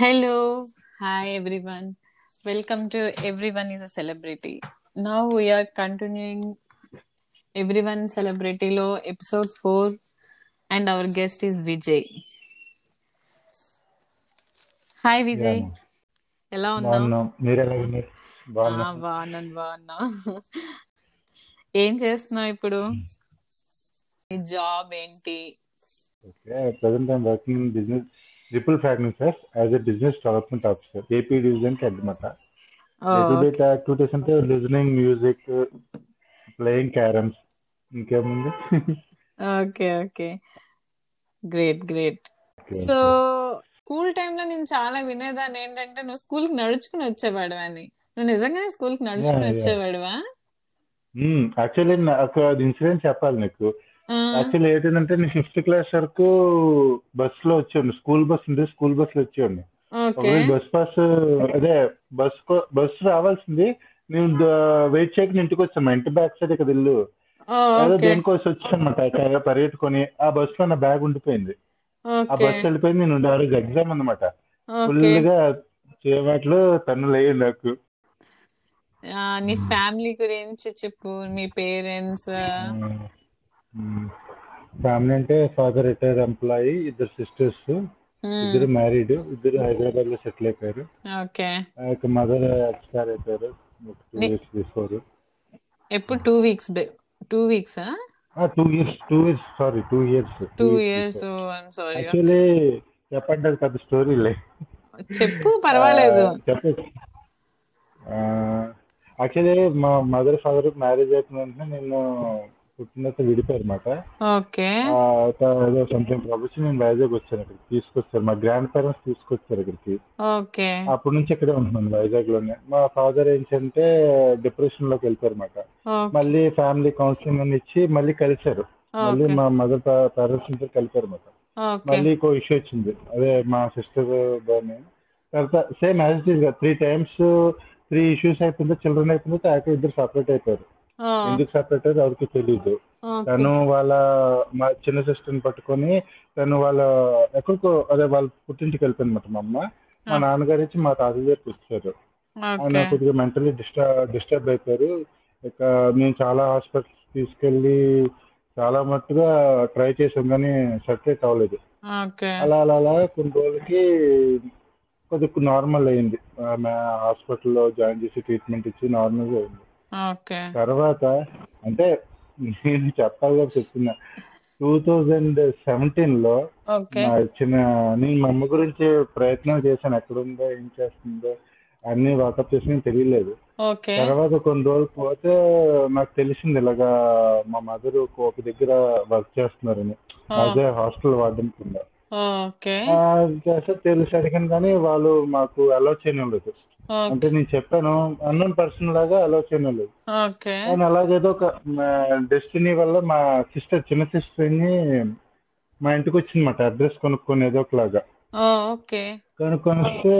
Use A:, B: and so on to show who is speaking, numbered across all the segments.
A: Hello. Hi, everyone. Welcome to Everyone is a Celebrity. Now we are continuing Everyone Celebrity Lo episode 4 and our guest is Vijay. Hi Vijay
B: Yeah,
A: ఎలా ఉన్నావు
B: బాగున్నాం మీరు ఎలా ఉన్నారు బాగున్నాం
A: బాగున్నాను బాగున్నా ఏం చేస్తున్నావు ఇప్పుడు నీ జాబ్ ఏంటి
B: okay present I'm working in business triple fragment sir as a business development officer AP division కి అడ్డమాట
A: Oh,
B: ఎగ్జిబిట్ యాక్టివిటీస్ అంటే లిజనింగ్ మ్యూజిక్ ప్లేయింగ్ క్యారమ్స్ ఇంకేముంది
A: okay okay great great so school టైంలో నేను చాలా వినేదాన్ని ఏంటంటే నువ్వు స్కూల్ కి నడుచుకుని వచ్చేవాడు అని నువ్వు నిజంగానే స్కూల్ కి నడుచుకుని
B: Yeah, yeah.
A: వచ్చేవాడువా
B: Hmm, యాక్చువల్లీ నాకు అది ఇన్సిడెంట్ చెప్పాలి నీకు యాక్చువల్లీ ఏంటంటే నేను ఫిఫ్త్ క్లాస్ వరకు బస్ లో వచ్చేవాడిని స్కూల్ బస్ ఉంది స్కూల్ బస్ లో వచ్చేవాడిని
A: ఓకే
B: ఒకవేళ బస్ పాస్ అదే బస్ కో- బస్ రావాల్సింది నేను వెయిట్ చేయక ఇంటికి వచ్చాను మా ఇంటి బ్యాక్ సైడ్ ఇక్కడ ఇల్లు ఏదో
A: ఓకే
B: దేనికోసం వచ్చానమాట పరిగెట్టుకొని ఆ బస్ లో నా బ్యాగ్ ఉండిపోయింది ఆ
A: ఓకే
B: బస్ వెళ్ళిపోయింది నేను ఉండే ఆ రోజు ఎగ్జామ్ అనమాట ఫుల్
A: ఓకే
B: గా చేయబాట్లు తన్నులు అయ్యాయి నాకు
A: నీ ఫ్యామిలీ గురించి చెప్పు మీ పేరెంట్స్
B: Hmm. ఫ్యామిలీ అంటే ఫాదర్ రిటైర్డ్ ఎంప్లాయీ ఇద్దరు సిస్టర్స్
A: Hmm.
B: ఇద్దరు మ్యారీడ్ ఇద్దరు హైదరాబాద్ లో సెటిల్ అయిపోయారు
A: ఓకే
B: ఆ యొక్క మదర్ ఎక్స్పైర్ అయిపోయారు ఒక టూ
A: నీ-
B: ఇయర్స్ బిఫోర్
A: ఎప్పుడు two weeks two weeks
B: two years two years sorry two years
A: two years I'm sorry
B: actually చెప్పండి అది పెద్ద స్టోరీ లే
A: చెప్పు
B: uh,
A: పర్వాలేదు
B: చెప్పచ్చు యాక్చువల్లీ మా మదర్ ఫాదర్ మ్యారేజ్ అయిపోయిన వెంటనే నేను పుట్టినట్టు విడిపోయారు అనమాట
A: Hmm. ఓకే
B: uh, ఏదో సంథింగ్ ప్రాబ్లమ్స్ నేను వైజాగ్ వచ్చాను ఇక్కడికి తీసుకొచ్చారు మా గ్రాండ్ పేరెంట్స్ తీసుకొచ్చారు ఇక్కడికి
A: ఓకే
B: అప్పటి నుంచి ఇక్కడే ఉంటున్నాను వైజాగ్ లోనే మా ఫాదర్ ఏంటంటే డిప్రెషన్ లోకి వెళ్ళిపోయారు అనమాట
A: ఓకే
B: మళ్ళీ ఫ్యామిలీ కౌన్సిలింగ్ అని ఇచ్చి మళ్ళీ కలిశారు మళ్ళీ
A: ఓకే
B: మా మదర్ పేరెంట్స్ ఇద్దరు కలిపారు అనమాట
A: ఓకే
B: మళ్ళీ ఇంకో ఇష్యూ వచ్చింది అదే మా సిస్టర్ దాన్ని తర్వాత same as it three times three issues అయిపోయింది చిల్డ్రన్ అయిపోయింది తర్వాత ఇద్దరు సపరేట్ అయిపోయారు ఎందుకు సపరేట్ అయ్యారు ఎవరికి తెలియదు తను వాళ్ళ మా చిన్న సిస్టర్ని పట్టుకొని తను వాళ్ళ ఎక్కడికో అదే వాళ్ళ పుట్టింటికి వెళ్ళిపోయింది అనమాట మా అమ్మ మా నాన్నగారు ఇచ్చి మా తాతయ్య దగ్గరికి వచ్చారు ఆయన
A: ఓకే
B: కొద్దిగా మెంటలీ డిస్టర్బ్ డిస్టర్బ్ అయిపోయారు ఇక మేము చాలా హాస్పిటల్స్ తీసుకెళ్ళి చాలా మట్టుగా ట్రై చేసాం కానీ సపరేట్ అవ్వలేదు
A: ఓకే
B: అలా అలా అలా కొన్ని రోజులకి కొద్దిగా నార్మల్ అయింది ఆమె హాస్పిటల్లో జాయిన్ చేసి ట్రీట్మెంట్ ఇచ్చి నార్మల్ అయింది
A: ఓకే
B: తర్వాత అంటే నేను చెప్పాలి కాబట్టి చెప్తున్నా టూ థౌజండ్ సెవెంటీన్ లో
A: ఓకే
B: నా చిన్న నేను మా అమ్మ గురించి ప్రయత్నం చేశాను ఎక్కడుందో ఏం చేస్తుందో అన్ని వాకప్ చేసిన తెలియలేదు
A: ఓకే
B: తర్వాత కొన్ని రోజులు పోతే నాకు తెలిసింది ఇలాగా మా మదర్ ఒక దగ్గర వర్క్ చేస్తున్నారని అదే హాస్టల్ వార్డెన్ కింద
A: ఓకే
B: ఆ, చేస్తే తెలిసి అడిగాను కానీ వాళ్ళు మాకు అలౌ చేయడం లేదు అంటే నేను చెప్పాను అన్నోన్ పర్సన్ లాగా అలౌ చేయడం లేదు
A: ఓకే
B: అండ్ అలాగేదో ఒక డెస్టినీ వల్ల మా సిస్టర్ చిన్న సిస్టర్ ని మా ఇంటికి వచ్చిందన్నమాట అడ్రస్ కొనుక్కొని ఏదో ఒకలాగా
A: ఓకే
B: కొనుక్కొని వస్తే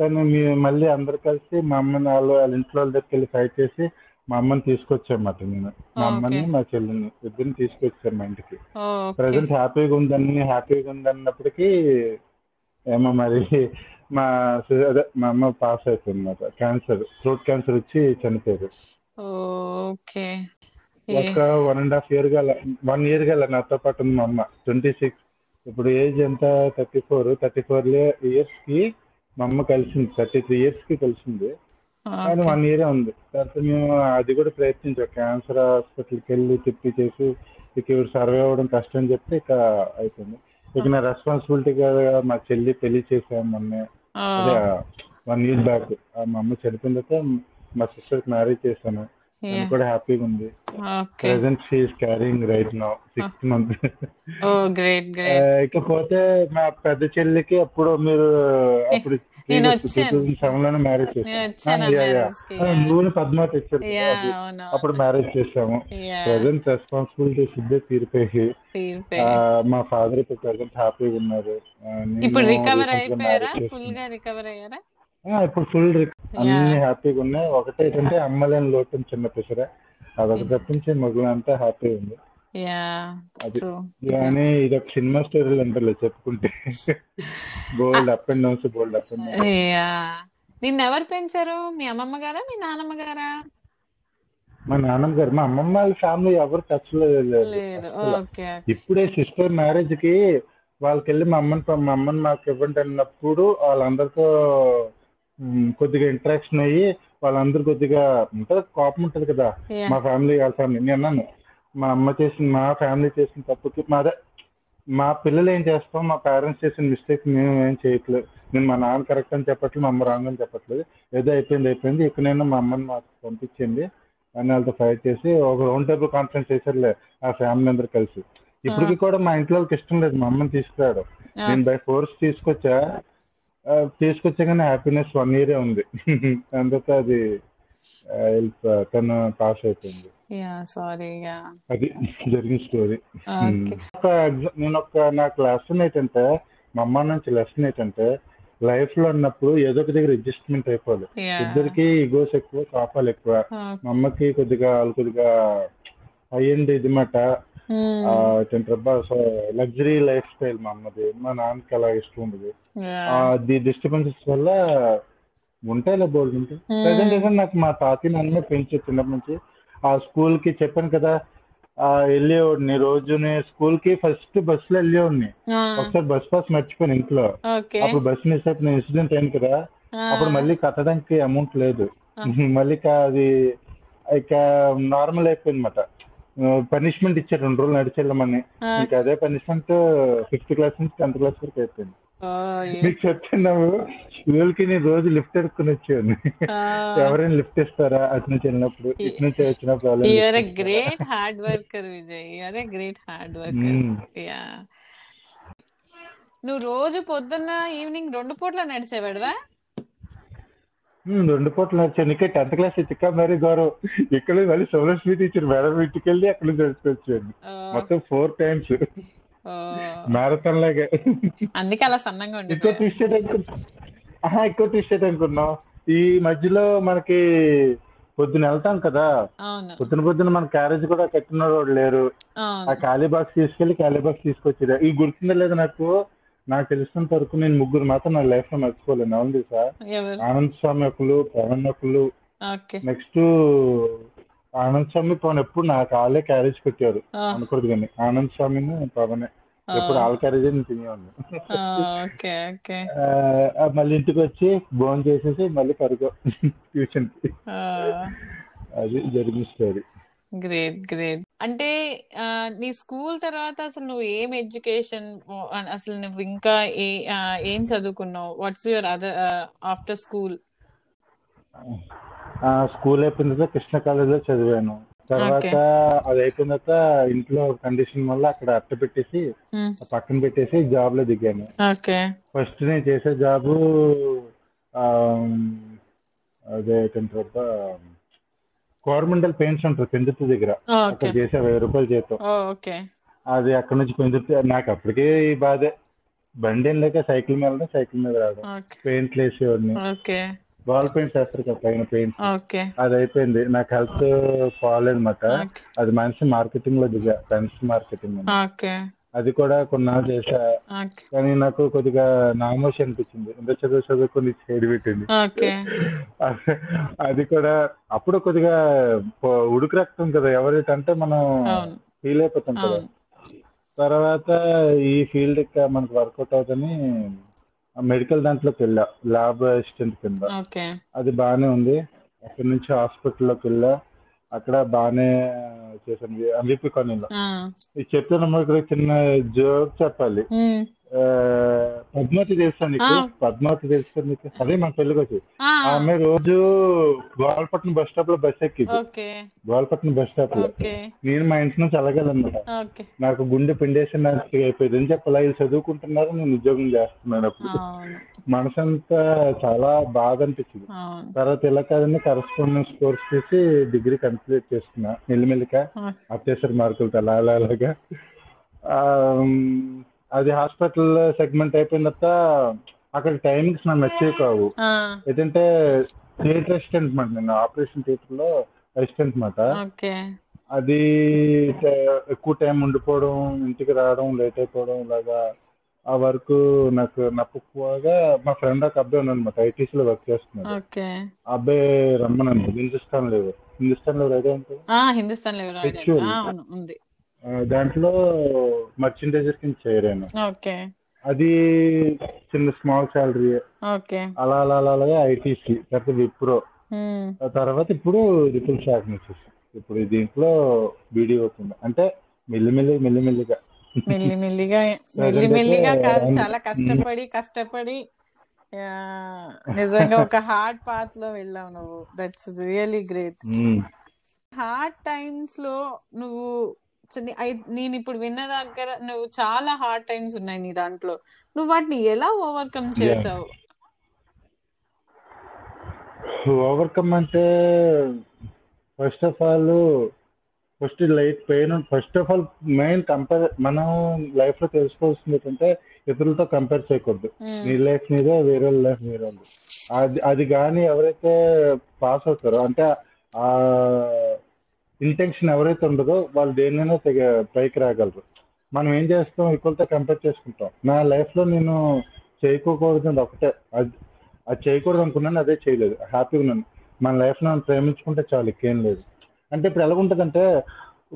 B: తను మీ- మళ్ళీ అందరు కలిసి మా అమ్మని వాళ్ళు వాళ్ళ ఇంట్లో వాళ్ళ దగ్గరికి వెళ్ళి ఫైట్ చేసి మా అమ్మని తీసుకొచ్చామాట నేను మా అమ్మని మా చెల్లిని ఇద్దరిని తీసుకొచ్చాను మా ఇంటికి
A: ఓకే
B: ప్రజెంట్ హ్యాపీగా ఉందని హ్యాపీగా ఉందన్నప్పటికీ ఏమో మరి మా సి- అదే మా అమ్మ పాస్ అయిపోయింది అనమాట క్యాన్సర్ థ్రోట్ క్యాన్సర్ వచ్చి చనిపోయారు
A: ఓకే
B: ఒక వన్ అండ్ హాఫ్ ఇయర్ గల వన్ ఇయర్ గల నాతో పాటు ఉంది మా అమ్మ ట్వంటీ సిక్స్ ఇప్పుడు ఏజ్ ఎంత thirty four thirty four years కి మా అమ్మ కలిసింది థర్టీ త్రీ ఇయర్స్ కి కలిసింది కానీ వన్ ఇయరే ఉంది తర్వాత మేము అది కూడా ప్రయత్నించాం క్యాన్సర్ హాస్పిటల్కి వెళ్ళి తిప్పి చేసి ఇక ఇవి సర్వే అవ్వడం కష్టం అని చెప్తే ఇక అయిపోయింది ఇక నా రెస్పాన్సిబిలిటీగా మా చెల్లి పెళ్లి చేసాం మొన్నే
A: Ah.
B: అదే వన్ ఇయర్ బ్యాక్ మా అమ్మ చనిపోయిన తర్వాత మా సిస్టర్కి మ్యారేజ్ చేశాను తను కూడా హ్యాపీగా ఉంది
A: okay
B: present she's carrying right now
A: Ah.
B: Sixth month
A: oh great great
B: Eh, ఇకపోతే మా పెద్ద చెల్లికి అప్పుడు మీరు అప్పుడు
A: నేను
B: టూ
A: వచ్చాను.
B: థౌసండ్ సెవెన్ లోనే Ah, మ్యారేజ్
A: నేను వచ్చాను ఆ marriage కి.
B: చేసాము నువ్వు పద్మ తెచ్చారు కదా
A: యా
B: అది.
A: అవును
B: అప్పుడు మ్యారేజ్ చేసాము
A: యా
B: ప్రెసెంట్ రెస్పాన్సిబిలిటీస్ ఇద్దరు తీరిపోయి ఆ, మా ఫాదర్ ఇప్పుడు ప్రెసెంట్ హ్యాపీగా ఉన్నారు ఆ, నేను
A: ఇప్పుడు రికవర్
B: recently
A: అయిపోయారా
B: marriage
A: ఫుల్
B: చేసుకున్నాను.
A: గా రికవర్ అయ్యారా
B: ఆ, ఇప్పుడు ఫుల్ అన్ని హ్యాపీగా
A: Mm.
B: ఉన్నాయి ఒకటే ఏంటంటే అమ్మలేని లోటు చిన్న పిసర అదొక తప్పించి మగులు అంతా హ్యాపీ ఉంది
A: యా
B: అది.
A: ట్రూ
B: కానీ ఇది ఒక సినిమా స్టోరీలు అంటారు చెప్పుకుంటే బోల్డ్ అప్ అండ్ డౌన్స్ బోల్డ్ అప్ అండ్ డౌన్స్
A: యా నిన్ను ఎవరు పెంచారు మీ అమ్మమ్మ గారా మీ నాన్నమ్మ గారా
B: మా నాన్నమ్మ గారు మా అమ్మమ్మ వాళ్ళ ఫ్యామిలీ ఎవరు టచ్ లో లేదు
A: లేరు
B: అసలు.
A: ఓకే
B: ఇప్పుడే సిస్టర్ మ్యారేజ్ కి వాళ్ళకి వెళ్ళి మా అమ్మని పం- మా అమ్మని మాకు ఇవ్వండి అన్నప్పుడు వాళ్ళందరితో మ్, కొద్దిగా ఇంటరాక్షన్ అయ్యి వాళ్ళందరూ కొద్దిగా ఉంటుంది కోపం ఉంటుంది కదా
A: యా
B: మా ఫ్యామిలీ వాళ్ళ ఫ్యామిలీ నేను అన్నాను మా అమ్మ చేసిన మా ఫ్యామిలీ చేసిన తప్పుకి మాదే మా పిల్లలు ఏం చేస్తాం మా పేరెంట్స్ చేసిన మిస్టేక్ మేము ఏం చేయట్లేదు నేను మా నాన్న కరెక్ట్ అని చెప్పట్లేదు మా అమ్మ రాంగ్ అని చెప్పట్లేదు ఏదో అయిపోయింది అయిపోయింది ఇక్కడ నేను మా అమ్మని మాకు పంపించింది అని వాళ్ళతో ఫైట్ చేసి ఒక రౌండ్ టేబుల్ కాన్ఫరెన్స్ చేశారులే ఆ ఫ్యామిలీ అందరు కలిసి ఇప్పటికి కూడా మా ఇంట్లో వాళ్ళకి ఇష్టం లేదు మా అమ్మని తీసుకురాడు నేను బై ఫోర్స్ తీసుకొచ్చా ఆ, తీసుకొచ్చా కానీ హ్యాపీనెస్ వన్ ఇయరే ఉంది అందుకే అది ఆ, వెళ్ళిపో- తను పాస్ అయిపోయింది
A: యా సారీ యా
B: అది జరిగిన స్టోరీ Hmm.
A: ఓకే
B: ఒక ఎగ్జా- నేను ఒక నాకు లెసన్ ఏంటంటే మా అమ్మ నుంచి లెసన్ ఏంటంటే లైఫ్ లో ఉన్నప్పుడు ఏదో ఒక దగ్గర అడ్జస్ట్మెంట్ అయిపోవాలి
A: యా
B: ఇద్దరికి ఈగోస్ ఎక్కువ కోపాలు ఎక్కువ మా అమ్మకి కొద్దిగా వాళ్ళు కొద్దిగా హై అండ్ ఇది మాట
A: Hmm.
B: Ah, ఏంటబ్బా లగ్జరీ లైఫ్ స్టైల్ మా అమ్మది మా నాన్నకి అలా ఇష్టం ఉండదు ఆ, ది డిస్టర్బెన్సెస్ వల్ల ఉంటాయిలే బోల్డ్ ఉంటాయి
A: Hmm.
B: ప్రజెంట్ అయితే నాకు మా తాతయ్య నన్ను పెంచి చిన్నప్పటి నుంచి ఆ స్కూల్ కి చెప్పాను కదా ఆ వెళ్ళేవాడిని రోజు స్కూల్ కి ఫస్ట్ బస్ లో వెళ్ళేవాడిని
A: Ah,
B: ఒకసారి బస్ పాస్ మర్చిపోయాను ఇంట్లో
A: ఓకే
B: అప్పుడు బస్ మిస్ అయిపోయిన ఇన్సిడెంట్ అయింది కదా అప్పుడు మళ్ళీ కట్టడానికి అమౌంట్ లేదు
A: Ah.
B: మళ్ళీ ఇక అది ఇక నార్మల్ అయిపోయింది అనమాట పనిష్మెంట్ ఇచ్చారు రెండు రోజులు నడిచి వెళ్ళమని ఇంకా అదే పనిష్మెంట్ ఫిఫ్త్ క్లాస్ నుంచి టెన్త్ క్లాస్ వరకు అయిపోయింది
A: Oh,
B: మీకు చెప్తున్నావు వీళ్ళకి నేను రోజు లిఫ్ట్ ఎడుక్కుని వచ్చాను
A: Ah,
B: ఎవరైనా లిఫ్ట్ ఇస్తారా అటు నుంచి వెళ్ళినప్పుడు ఇటు నుంచి వచ్చినప్పుడు వాళ్ళు
A: you're a great hard worker Vijay you're a great hard worker
B: Hmm.
A: Yeah నువ్వు రోజు పొద్దున్న ఈవినింగ్ రెండు పూట్ల నడిచేవాడువా
B: "హ్మ్, రెండు పూటలు వచ్చాను ఇక్కడ టెన్త్ క్లాస్ చిక్క మరీ గౌరవ్ ఇక్కడ నుంచి మళ్ళీ సోలో స్వీట్ ఇచ్చారు మేడం ఇంటికి వెళ్ళి అక్కడ నుంచి వచ్చుకొచ్చాను మొత్తం ఫోర్ టైమ్స్ మ్యారథాన్ లాగే
A: అందుకే అలా సన్నంగా
B: ఎక్కువ
A: ఉండేది
B: ట్విస్ట్ ఆహా ఎక్కువ ట్విస్ట్ అనుకున్నాం ఈ మధ్యలో మనకి పొద్దున వెళ్తాం కదా
A: అవును
B: పొద్దున పొద్దున మన క్యారేజ్ కూడా కట్టిన వాళ్ళు లేరు ఆ
A: అవును
B: ఖాళీ బాక్స్ తీసుకెళ్లి ఖాళీ బాక్స్ తీసుకొచ్చారు ఈ గుర్తుందో లేదు నాకు నాకు తెలిసినంత వరకు నేను ముగ్గురు మాత్రం నా లైఫ్ లో మర్చిపోలేను అవును తెలుసా
A: ఎవరు
B: ఆనంద్ స్వామి ఒకరు పవన్ ఒకరు
A: ఓకే
B: నెక్స్ట్ ఆనంద్ స్వామి పవన్ ఎప్పుడు నా కాళ్ళే క్యారేజ్ పెట్టారు
A: Ah.
B: అనుకోదు కానీ ఆనంద్ స్వామిని పవనే ఎప్పుడు వాళ్ళ క్యారేజ్ నేను తినేవాడిని
A: ఓకే ఓకే
B: ఆ, ఆ, మళ్ళీ ఇంటికి వచ్చి భోజనం చేసేసి మళ్ళీ పరుగు ట్యూషన్ కి అది జరిగిన స్టోరీ
A: గ్రేట్ గ్రేట్ అంటే ఆ, నీ స్కూల్ తర్వాత అసలు నువ్వు ఏం ఎడ్యుకేషన్ అసలు నువ్వు ఇంకా ఏ ఆ, ఏం చదువుకున్నావు what's your other after school
B: school అయిపోయిన తర్వాత కృష్ణ కాలేజ్ లో చదివాను తర్వాత అది అయిపోయిన తర్వాత ఇంట్లో కండిషన్ వల్ల అక్కడ అట్ట పెట్టేసి పక్కన పెట్టేసి జాబ్ లో దిగాను
A: ఓకే
B: ఫస్ట్ నేను చేసే జాబ్ అదే ఏంటంటారు కోరమండల్ పెయింట్స్ ఉంటారు పెందుర్తి దగ్గర
A: ఓకే
B: అక్కడ చేసే వెయ్యి రూపాయలు జీతం
A: ఓకే
B: అది అక్కడ నుంచి పెంచుతే నాకు అప్పటికే ఈ బాధే బండి ఏం లేక సైకిల్ మీద వెళ్ళడం సైకిల్ మీద రావడం
A: ఓకే
B: పెయింట్లు వేసేవాడిని
A: ఓకే
B: బాల్ పెయింట్స్ వేస్తారు కదా పైన పెయింట్
A: ఓకే
B: అది అయిపోయింది నాకు హెల్త్ బాగాలేదన్నమాట
A: ఓకే.
B: అది మనిషి మార్కెటింగ్ లో దిగా ఫ్రెండ్స్ మార్కెటింగ్ అని
A: ఓకే
B: అది కూడా కొన్నాళ్ళు చేసా
A: ఓకే
B: కానీ నాకు కొద్దిగా నామోషి అనిపించింది ఎంత చదువు చదువుకొని సైడ్ పెట్టింది
A: ఓకే
B: అది- అది కూడా అప్పుడు కొద్దిగా పో- ఉడుకు రక్తం కదా ఎవరికంటే మనం
A: అవును
B: ఫీల్ అయిపోతాం కదా
A: అవును
B: తర్వాత ఈ ఫీల్డ్ కి మనకు వర్కౌట్ అవుతుంది మెడికల్ దాంట్లోకి వెళ్ళా ల్యాబ్ అసిస్టెంట్ కింద
A: ఓకే
B: అది బాగానే ఉంది అక్కడ నుంచి హాస్పిటల్లోకి వెళ్ళా అక్కడ బాగానే చేశాను అంబిపి కాలనీలో
A: ఆ.
B: ఇది చెప్తే నమ్మకం ఇక్కడ చిన్న జోక్ చెప్పాలి
A: ఉమ్.
B: ఆ, పద్మావతి తెలుసా నీకు
A: ఆ.
B: పద్మావతి తెలుసా నీకు అదే మన పెళ్ళికి వచ్చి
A: ఆ.
B: ఆమె రోజు గోవాలపట్నం బస్ స్టాప్ లో బస్ ఎక్కింది
A: ఓకే
B: గోవాలపట్నం బస్ స్టాప్ లో
A: ఓకే
B: నేను మా ఇంటి నుంచి అలాగేనమాట
A: ఓకే
B: నాకు గుండె పిండేసి నాకు అయిపోయింది అని చెప్పి అలా వీళ్ళు చదువుకుంటున్నారు నేను ఉద్యోగం చేస్తున్నాను అప్పుడు
A: అవును
B: మనసంతా చాలా బాధ అనిపించింది
A: అవును
B: తర్వాత ఇలా కాదండి కరస్పాండెన్స్ కోర్స్ చేసి డిగ్రీ కంప్లీట్ చేసుకున్నా మెల్లిమెల్లిక
A: ఓకే.
B: అత్యవసర మార్కులతో అలా అలా అలాగా ఆ, అది హాస్పిటల్ సెగ్మెంట్ అయిపోయిన తర్వాత అక్కడ టైమింగ్స్ నాకు నచ్చేవి కావు
A: ఆ.
B: ఏంటంటే థియేటర్ అసిస్టెంట్ మాట నేను ఆపరేషన్ థియేటర్ లో అసిస్టెంట్ మాట
A: ఓకే
B: అది చ- ఎక్కువ టైం ఉండిపోవడం ఇంటికి రావడం లేట్ అయిపోవడం ఇలాగా ఆ వర్క్ నాకు నప్పకపోగా మా ఫ్రెండ్ ఒక అబ్బాయి ఉన్నాడు ఐటీసీ లో వర్క్ చేస్తున్నాడు
A: ఓకే
B: ఆ అబ్బాయి రమ్మనండి హిందుస్థాన్ లేవు హిందుస్థాన్ లో అయితే అంటే
A: ఆ హిందుస్థాన్ లో ఎవరు
B: Actually.
A: అవును ఉంది
B: ఆ, దాంట్లో మర్చెండైజర్ కింద చేరాను
A: ఓకే
B: అది చిన్న స్మాల్ శాలరీ
A: ఓకే
B: అలా అలా అలా అలాగా ఐటీసీ తర్వాత విప్రో
A: మ్మ్.
B: ఆ తర్వాత ఇప్పుడు రిపుల్ షాక్ నుంచి ఇప్పుడు దీంట్లో బీడీ అవుతుంది అంటే మెల్లిమెల్లి మెల్లిమెల్లిగా
A: మెల్లిమెల్లిగా మెల్లిమెల్లిగా కాదు చాలా కష్టపడి కష్టపడి ఆ, నిజంగా ఒక హార్డ్ పాత్ లో వెళ్ళావు నువ్వు that's really great
B: um,
A: hard times లో నువ్వు చిన్న- ఐ- నేను ఇప్పుడు విన్న దగ్గర నువ్వు చాలా హార్డ్ టైమ్స్ ఉన్నాయి నీ దాంట్లో నువ్వు వాటిని ఎలా ఓవర్కమ్ చేసావు
B: ఓవర్కమ్ అంటే first of all first light pain first of all main compare మనం లైఫ్ లో తెలుసుకోవాల్సింది ఏంటంటే ఇతరులతో కంపేర్ చేయకూడదు
A: మ్మ్.
B: నీ లైఫ్ నీదే వేరే లైఫ్ వేరే ఉంది అది అది కానీ ఎవరైతే పాస్ అవుతారో అంటే ఆ ఇంటెన్షన్ ఎవరైతే ఉండదో వాళ్ళు దేన్నైనా తెగ పైకి రాగలరు మనం ఏం చేస్తాం ఈక్వల్తో కంపేర్ చేసుకుంటాం నా లైఫ్లో నేను చేయకోకూడదు అని ఒకటే అది అది చేయకూడదు అనుకున్నాను అదే చేయలేదు హ్యాపీగా ఉన్నాను మన లైఫ్లో మనం ప్రేమించుకుంటే చాలు ఇంకేం లేదు అంటే ఇప్పుడు ఎలాగుంటుందంటే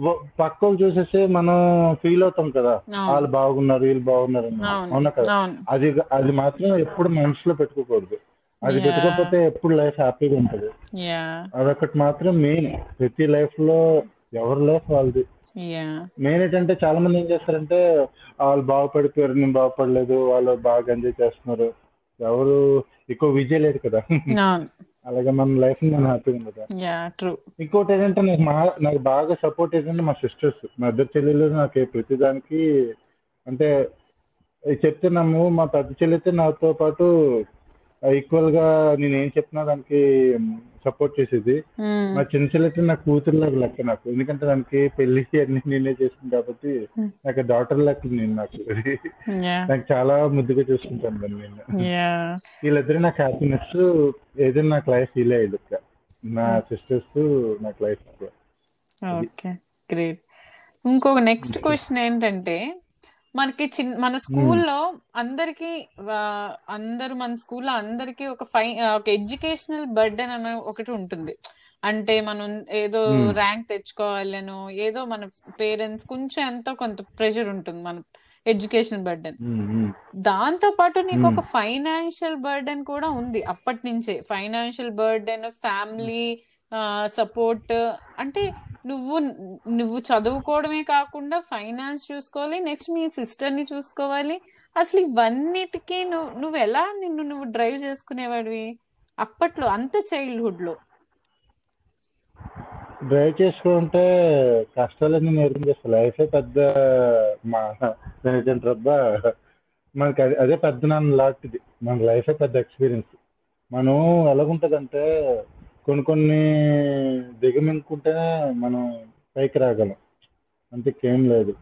B: వ- పక్క వాళ్ళు చూసేసి మనం ఫీల్ అవుతాం కదా
A: అవును
B: వాళ్ళు బాగున్నారు వీళ్ళు బాగున్నారు అని.
A: అవును
B: అవునా కదా
A: అవును
B: అది అది మాత్రం ఎప్పుడు మనసులో పెట్టుకోకూడదు అది
A: Yeah.
B: పెట్టుకోకపోతే ఎప్పుడు లైఫ్ హ్యాపీగా ఉంటుంది
A: యా
B: అదొకటి మాత్రం మెయిన్ ప్రతి లైఫ్ లో ఎవరి లైఫ్ వాళ్ళది
A: యా
B: మెయిన్ ఏంటంటే చాలా మంది ఏం చేస్తారంటే వాళ్ళు బాగుపడిపోయారు నేను బాగుపడలేదు వాళ్ళు బాగా ఎంజాయ్ చేస్తున్నారు ఎవరు ఎక్కువ విజయ్ లేదు కదా
A: అవును
B: అలాగే మన లైఫ్ మనం హ్యాపీగా ఉండదు
A: యా ట్రూ
B: ఇంకోటి ఏంటంటే నాకు మా నాకు బాగా సపోర్ట్ ఏంటంటే మా సిస్టర్స్ మా ఇద్దరు చెల్లెలు నాకు ప్రతిదానికి అంటే చెప్తున్నాము మా పెద్ద చెల్లెతే నాతో పాటు ఈక్వల్ గా నేను ఏం చెప్పినా దానికి సపోర్ట్ చేసేది మా చిన్న చెల్లెతే నా కూతురు లాగా లెక్క నాకు ఎందుకంటే దానికి పెళ్లి అన్ని నేనే చేసింది కాబట్టి నాకు డాటర్ లెక్క నేను నాకు
A: యా
B: నాకు చాలా ముద్దుగా చూసుకుంటాను దాన్ని నేను
A: యా
B: వీళ్ళిద్దరు నాకు హ్యాపీనెస్ ఏదైనా నాకు లైఫ్ ఫీల్ అయ్యేది ఇక్కడ. నా సిస్టర్స్ నాకు లైఫ్ ఇక్కడ.
A: ఓకే గ్రేట్ ఇంకో నెక్స్ట్ క్వశ్చన్ ఏంటంటే మనకి చిన్న మన స్కూల్లో అందరికి అందరు మన స్కూల్లో అందరికి ఒక ఫై ఆ, ఒక ఎడ్యుకేషనల్ బర్డెన్ అనే ఒకటి ఉంటుంది అంటే మనం ఏదో
B: Hmm.
A: ర్యాంక్ తెచ్చుకోవాలనో ఏదో మన పేరెంట్స్ కొంచెం ఎంతో కొంత ప్రెషర్ ఉంటుంది మన ఎడ్యుకేషన్ బర్డెన్
B: ఉమ్, ఉమ్,
A: దాంతో పాటు నీకు
B: Hmm.
A: ఒక ఫైనాన్షియల్ బర్డెన్ కూడా ఉంది అప్పటి నుంచే ఫైనాన్షియల్ బర్డెన్ ఫ్యామిలీ సపోర్ట్ అంటే నువ్వు నువ్వు చదువుకోవడమే కాకుండా ఫైనాన్స్ చూసుకోవాలి నెక్స్ట్ మీ సిస్టర్ ని చూసుకోవాలి అసలు ఇవన్నిటికీ నువ్వు నువ్వు ఎలా నిన్ను నువ్వు డ్రైవ్ చేసుకునేవాడివి అప్పట్లో అంత చైల్డ్హుడ్ లో
B: డ్రైవ్ చేసుకుంటే కష్టాలన్నీ నేర్పించేస్తా లైఫ్ పెద్ద మా ఏంటంటే రబ్బా మనకి అదే అదే పెద్ద నాన్న లాంటిది మన లైఫ్ పెద్ద ఎక్స్పీరియన్స్ మనం ఎలాగుంటదంటే కొన్ని కొన్ని దిగమింగుకుంటేనే మనం పైకి రాగలం అంతకేం లేదు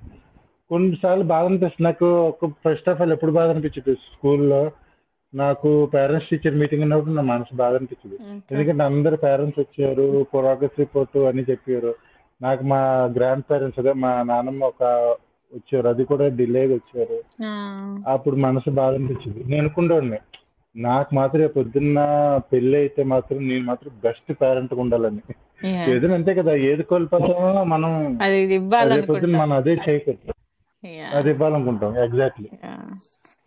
B: కొన్నిసార్లు బాధ అనిపిస్తుంది నాకు ఒక ఫస్ట్ ఆఫ్ ఆల్ ఎప్పుడు బాధ అనిపించదు స్కూల్లో నాకు పేరెంట్స్ టీచర్ మీటింగ్ ఉన్నప్పుడు నా మనసు బాధ అనిపించదు ఎందుకంటే అందరు పేరెంట్స్ వచ్చారు ప్రోగ్రెస్ రిపోర్ట్ అని చెప్పారు నాకు మా గ్రాండ్ పేరెంట్స్ అదే మా నాన్నమ్మ ఒక వచ్చారు అది కూడా డిలే వచ్చారు అప్పుడు మనసు బాధ అనిపించింది నేను అనుకుంటాను నాకు మాత్రం రేపు పొద్దున్న పెళ్లి అయితే మాత్రం నేను మాత్రం బెస్ట్ పేరెంట్ ఉండాలని ఏదైనా అంతే కదా ఏది కోల్పోతామో మనం
A: అది ఇది
B: రేపు
A: ఇవ్వాలనుకుంటా
B: పొద్దున్న మనం అదే చేయకూడదు అది ఇవ్వాలనుకుంటాం ఎగ్జాక్ట్లీ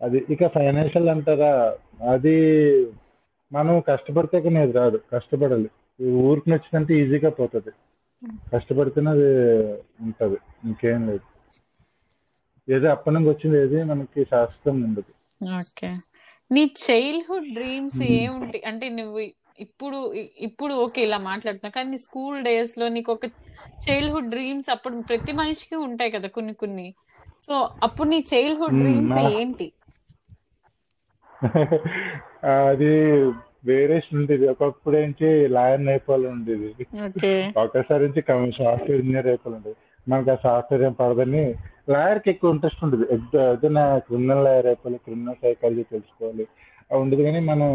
B: అది ఇక ఫైనాన్షియల్ అంటారా అది మనం కష్టపడితే కానీ అది రాదు కష్టపడాలి ఈ ఊరికి నచ్చిందంటే ఈజీగా పోతుంది కష్టపడితేనే అది ఉంటుంది ఇంకేం లేదు ఏదో అప్పనంగా వచ్చింది ఏది మనకి శాశ్వతం ఉండదు
A: ఓకే నీ చైల్డ్హుడ్ డ్రీమ్స్
B: మ్మ్.
A: ఏముంటాయి అంటే నువ్వు ఇప్పుడు ఇ- ఇప్పుడు ఓకే ఇలా మాట్లాడుతున్నా కానీ నీ స్కూల్ డేస్ లో నీకు ఒక చైల్డ్హుడ్ డ్రీమ్స్ అప్పుడు ప్రతి మనిషికి ఉంటాయి కదా కొన్ని కొన్ని సో అప్పుడు నీ చైల్డ్హుడ్
B: మ్మ్,
A: డ్రీమ్స్
B: నా
A: ఏంటి
B: అది వేరియేషన్ ఉండేది ఒకప్పుడు ఏంటి లాయన్ అయిపోవాలి ఉండేది
A: ఓకే
B: ఒకసారి నుంచి సాఫ్ట్వేర్ ఇంజనీర్ అయిపోయింది మనకి ఆ సాఫ్ట్వేర్ ఏం పడదని లాయర్కి ఎక్కువ ఇంట్రెస్ట్ ఉండదు ఏదైనా క్రిమినల్ లాయర్ అయిపోవాలి క్రిమినల్ సైకాలజీ తెలుసుకోవాలి అవి ఉండదు కానీ మనం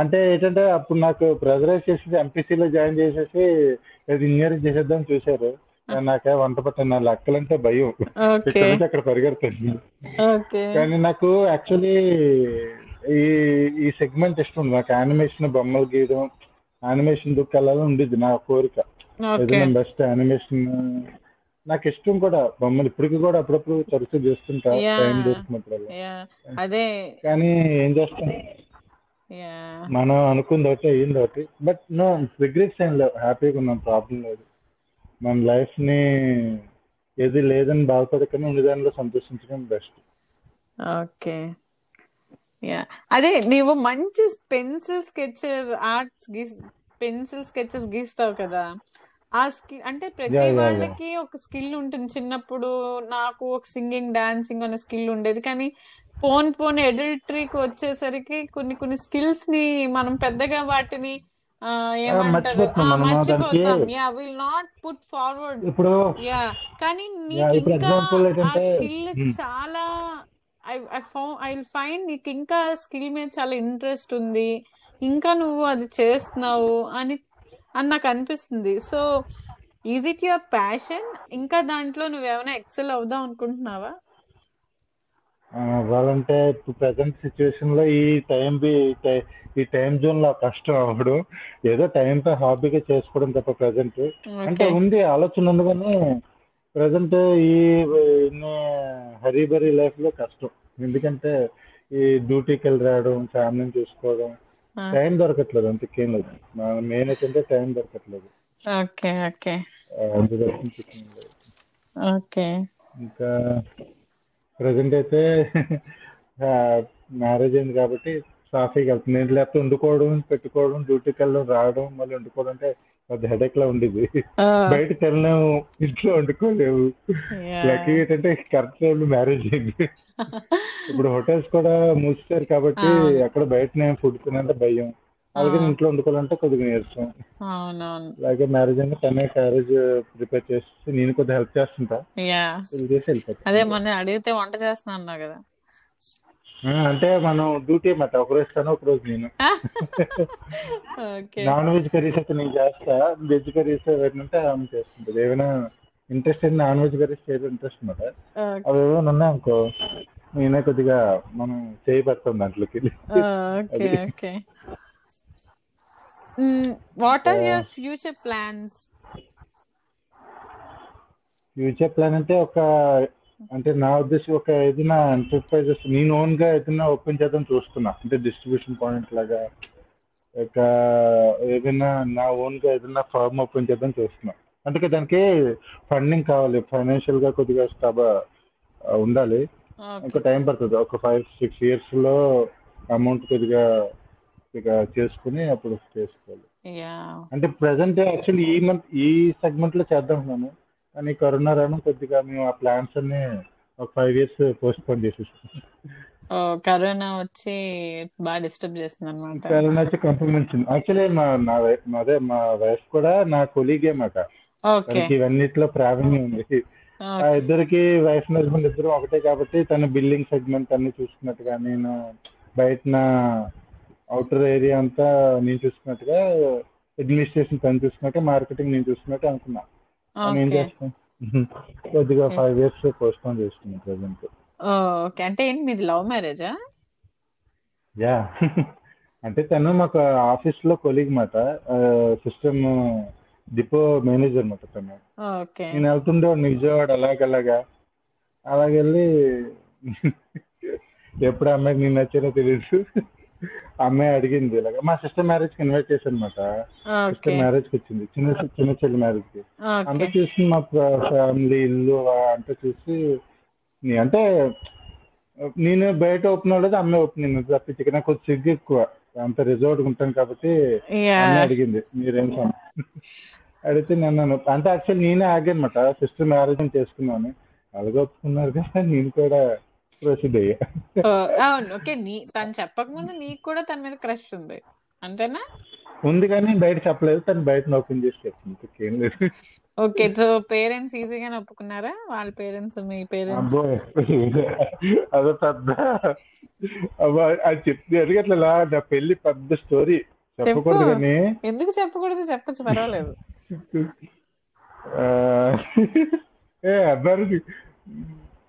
B: అంటే ఏంటంటే అప్పుడు నాకు ప్రెజరైజ్ చేసేసి ఎంపీసీలో జాయిన్ చేసేసి ఏది ఇంజనీరింగ్ చేసేద్దాం చూశారు కానీ నాకే వంట పట్టాను నా లెక్కలంటే భయం
A: ఓకే
B: ఇక్కడ నుంచి అక్కడ పరిగెడుతుంది
A: ఓకే
B: కానీ నాకు యాక్చువల్లీ ఈ ఈ సెగ్మెంట్ ఇష్టం ఉంది నాకు యానిమేషన్ బొమ్మలు గీయడం యానిమేషన్ దుఃఖాలలో ఉండేది నా కోరిక
A: ఓకే
B: ఏదైనా బెస్ట్ యానిమేషన్ నాకు ఇష్టం కూడా బొమ్మలు ఇప్పటికి కూడా అప్పుడప్పుడు తరచూ చేస్తుంటా
A: Yeah.
B: టైం దొరికినప్పుడల్లా
A: యా అదే
B: కానీ ఏం చేస్తాం
A: యా
B: మనం అనుకుంది ఒకటి అయ్యింది ఒకటి బట్ నో రిగ్రెట్స్ ఏం లేవు హ్యాపీగా ఉన్నాం ప్రాబ్లం లేదు మన లైఫ్ ని ఏది లేదని బాధపడకుండా ఉండే దానిలో సంతోషించడం బెస్ట్
A: ఓకే యా అదే నీవు మంచి పెన్సిల్ స్కెచెస్ ఆర్ట్స్ గీస్ పెన్సిల్ స్కెచెస్ గీస్తావు కదా ఆ స్కిల్ అంటే
B: Yeah,
A: ప్రతి
B: yeah, yeah.
A: వాళ్ళకి ఒక స్కిల్ ఉంటుంది చిన్నప్పుడు నాకు ఒక సింగింగ్ డాన్సింగ్ అనే స్కిల్ ఉండేది కానీ పోన్ పోన్ ఎడల్టరీకి వచ్చేసరికి కొన్ని కొన్ని స్కిల్స్ ని మనం పెద్దగా వాటిని ఆ, ఏమంటారు
B: మర్చిపోతున్నాం
A: ఆ,
B: మనం దానికి.
A: మర్చిపోతాం yeah will not put forward
B: ఇప్పుడు
A: యా కానీ
B: Yeah,
A: నీకు
B: ఇప్పుడు
A: ఇంకా
B: example
A: ఆ
B: ఏంటంటే-
A: స్కిల్
B: Hmm.
A: చాలా ఐ ఐ ఐ ఫైండ్ నీకు ఇంకా స్కిల్ మీద చాలా ఇంట్రెస్ట్ ఉంది ఇంకా నువ్వు అది చేస్తున్నావు అని అని నాకు అనిపిస్తుంది so is it your passion ఇంకా దాంట్లో నువ్వేమైనా ఎక్సెల్ అవుదాం అనుకుంటున్నావా
B: ఆ, అవ్వాలంటే ఇప్పుడు ప్రజెంట్ సిచ్యువేషన్ లో ఈ టైం ఈ టైం జోన్ లో కష్టం అవ్వడం ఏదో టైం పై హాబీగా చేసుకోవడం తప్ప ప్రజెంట్ అంటే
A: ఓకే
B: ఉంది ఆలోచన ఉంది కానీ ప్రజెంట్ ఈ ఇన్ని హరీ బరీ లైఫ్ లో కష్టం ఎందుకంటే ఈ డ్యూటీకి వెళ్ళి రావడం ఫ్యామిలీని చూసుకోవడం టైం దొరకట్లేదు అంతకేం లేదు మెయిన్ ఏంటంటే టైం దొరకట్లేదు
A: ఓకే ఓకే
B: ఆ, అందుకోసం చికెన్ లేదు.
A: ఓకే
B: ఇంకా ప్రజెంట్ అయితే మ్యారేజ్ అయింది కాబట్టి సాఫీగా వెళ్తుంది నేను లేకపోతే వండుకోవడం పెట్టుకోవడం డ్యూటీకి వెళ్ళడం రావడం మళ్ళీ వండుకోవడం అంటే పెద్ద హెడేక్ లా ఉండేది
A: Uh,
B: బయటకు వెళ్ళలేము ఇంట్లో వండుకోలేము లక్కీ ఏంటంటే కరెక్ట్ టైంలో మ్యారేజ్ అయింది ఇప్పుడు హోటల్స్ కూడా మూసేశారు కాబట్టి
A: అవును.
B: అక్కడ బయటనే ఫుడ్ తినంటే భయం అలాగే
A: ఆ.
B: ఇంట్లో వండుకోవాలంటే కొద్దిగా నీరసం
A: అవునవును
B: అలాగే మ్యారేజ్ అంటే తనే క్యారేజ్ ప్రిపేర్ చేసి నేను కొద్దిగా హెల్ప్ చేస్తుంటా
A: యా
B: ఇది చేసి వెళ్ళిపోతా
A: అదే మొన్న అడిగితే వంట చేస్తున్నా అన్నావు కదా
B: ఆ, అంటే మనం డ్యూటీ అన్నమాట ఒక రోజు తను ఒక రోజు నేను
A: ఓకే
B: నాన్ వెజ్ కర్రీస్ అయితే నేను చేస్తా వెజ్ కర్రీస్ ఏంటంటే ఆమె చేస్తుంటది ఏమైనా ఇంట్రెస్ట్ అయిన నాన్ వెజ్ కర్రీస్ చేయడం ఇంట్రెస్ట్ మాట
A: ఓకే
B: అవి ఏమైనా ఉన్నాయి అనుకో నేనే కొద్దిగా మనం చేయబడతాం దాంట్లోకి
A: okay okay Mm, what are your future plans
B: future plan అంటే ఒక అంటే నా ఉద్దేశం ఒక ఏదైనా ఎంటర్ప్రైజెస్ నేను ఓన్ గా ఏదైనా ఓపెన్ చేద్దాం చూస్తున్నా అంటే డిస్ట్రిబ్యూషన్ పాయింట్ లాగా ఒక ఏదైనా నా ఓన్ గా ఏదైనా ఫార్మ్ ఓపెన్ చేద్దాం చూస్తున్నా అందుకే దానికి ఫండింగ్ కావాలి ఫైనాన్షియల్ గా కొద్దిగా స్టబ ఉండాలి
A: ఓకే
B: ఇంకా టైం పడుతుంది ఒక ఫైవ్ సిక్స్ ఇయర్స్ లో అమౌంట్ కొద్దిగా కొద్దిగా చేసుకుని అప్పుడు చేసుకోవాలి
A: యా
B: అంటే ప్రజెంట్ యాక్చువల్లీ ఈ మంత్ ఈ సెగ్మెంట్ లో చేద్దాం కానీ కరోనా రాను కొద్దిగా మేము ఆ ప్లాన్స్ అన్ని ఒక ఫైవ్ ఇయర్స్ పోస్ట్ పోన్ చేసేసాం
A: ఓ Oh, కరోనా వచ్చి బాగా డిస్టర్బ్ చేస్తుంది అనమాట
B: కరోనా వచ్చి కంప్రమించింది యాక్చువల్లీ మా నా వై- మా- అదే మా వైఫ్ కూడా నా కొలీగే మాట
A: ఓకే
B: తనకి ఇవన్నిట్లో ప్రావీణ్యం ఉంది ఆ
A: ఓకే
B: ఇద్దరికి వైఫ్ అండ్ హస్బెండ్ ఇద్దరు ఒకటే కాబట్టి తన బిల్డింగ్ సెగ్మెంట్ అన్ని చూసుకున్నట్టుగా నేను బయట నా అవుటర్ ఏరియా అంతా నేను చూసుకున్నట్టుగా అడ్మినిస్ట్రేషన్ తను చూసుకున్నట్టు మార్కెటింగ్ నేను చూసుకున్నట్టు అనుకున్నా మనం ఏం
A: ఓకే
B: చేస్తాం కొద్దిగా ఫైవ్ ఇయర్స్ పోస్ట్ పోన్ చేస్తున్నాం ప్రజెంట్
A: ఓకే Oh, అంటే ఏంటి మీది లవ్ మ్యారేజా
B: యా అంటే తను మాకు ఆఫీస్ లో కొలీగ్ మాట సిస్టమ్ డిపో మేనేజర్ మాట తను
A: ఓకే
B: నేను వెళ్తుండేవాడిని విజయవాడ అలాగలాగా అలాగెళ్ళి ఎప్పుడు అమ్మాయికి నేను నచ్చానో తెలియదు అమ్మాయి అడిగింది ఇలాగ మా సిస్టర్ మ్యారేజ్ కి ఇన్వైట్ చేశాను అనమాట
A: ఓకే
B: సిస్టర్ మ్యారేజ్ కి వచ్చింది చిన్న చిన్న చెల్లి మ్యారేజ్ కి అంతా
A: ఓకే
B: చూసి మా ఫ్యామిలీ ఇల్లు ఆ- అంతా చూసి నీ- అంటే నేను బయట ఓపెన్ అవ్వలేదు అమ్మాయి ఓపెన్ అయింది తప్పించి నాకు కొంచెం సిగ్గు ఎక్కువ అంత రిజర్వ్డ్ ఉంటాను కాబట్టి
A: యా
B: అమ్మాయి అడిగింది మీరేం పని అడిగితే నేను అన్నాను అంటే యాక్చువల్ నేనే ఆగానమాట సిస్టర్ మ్యారేజ్ చేసుకున్నాను అలాగే ఒప్పుకున్నారు కదా నేను కూడా ప్రొసీడ్ అయ్యా
A: Oh, అవును ఓకే నీ తను చెప్పకముందు నీకు కూడా తన మీద క్రష్ ఉంది అంతేనా
B: ఉంది కానీ బయట చెప్పలేదు తను బయట ఓపెన్ చేసి చెప్తుంది ఏం లేదు
A: ఓకే సో పేరెంట్స్ ఈజీగానే ఒప్పుకున్నారా వాళ్ళ పేరెంట్స్ మీ పేరెంట్స్
B: అబ్బో అదో పెద్ద అబ్బో అది చెప్తే ఎదుగట్ల నా పెళ్లి పెద్ద స్టోరీ చెప్పకూడదు
A: చెప్పు.
B: కానీ
A: ఎందుకు చెప్పకూడదు చెప్పచ్చు పర్వాలేదు
B: ఆ, ఏ అబ్బాయి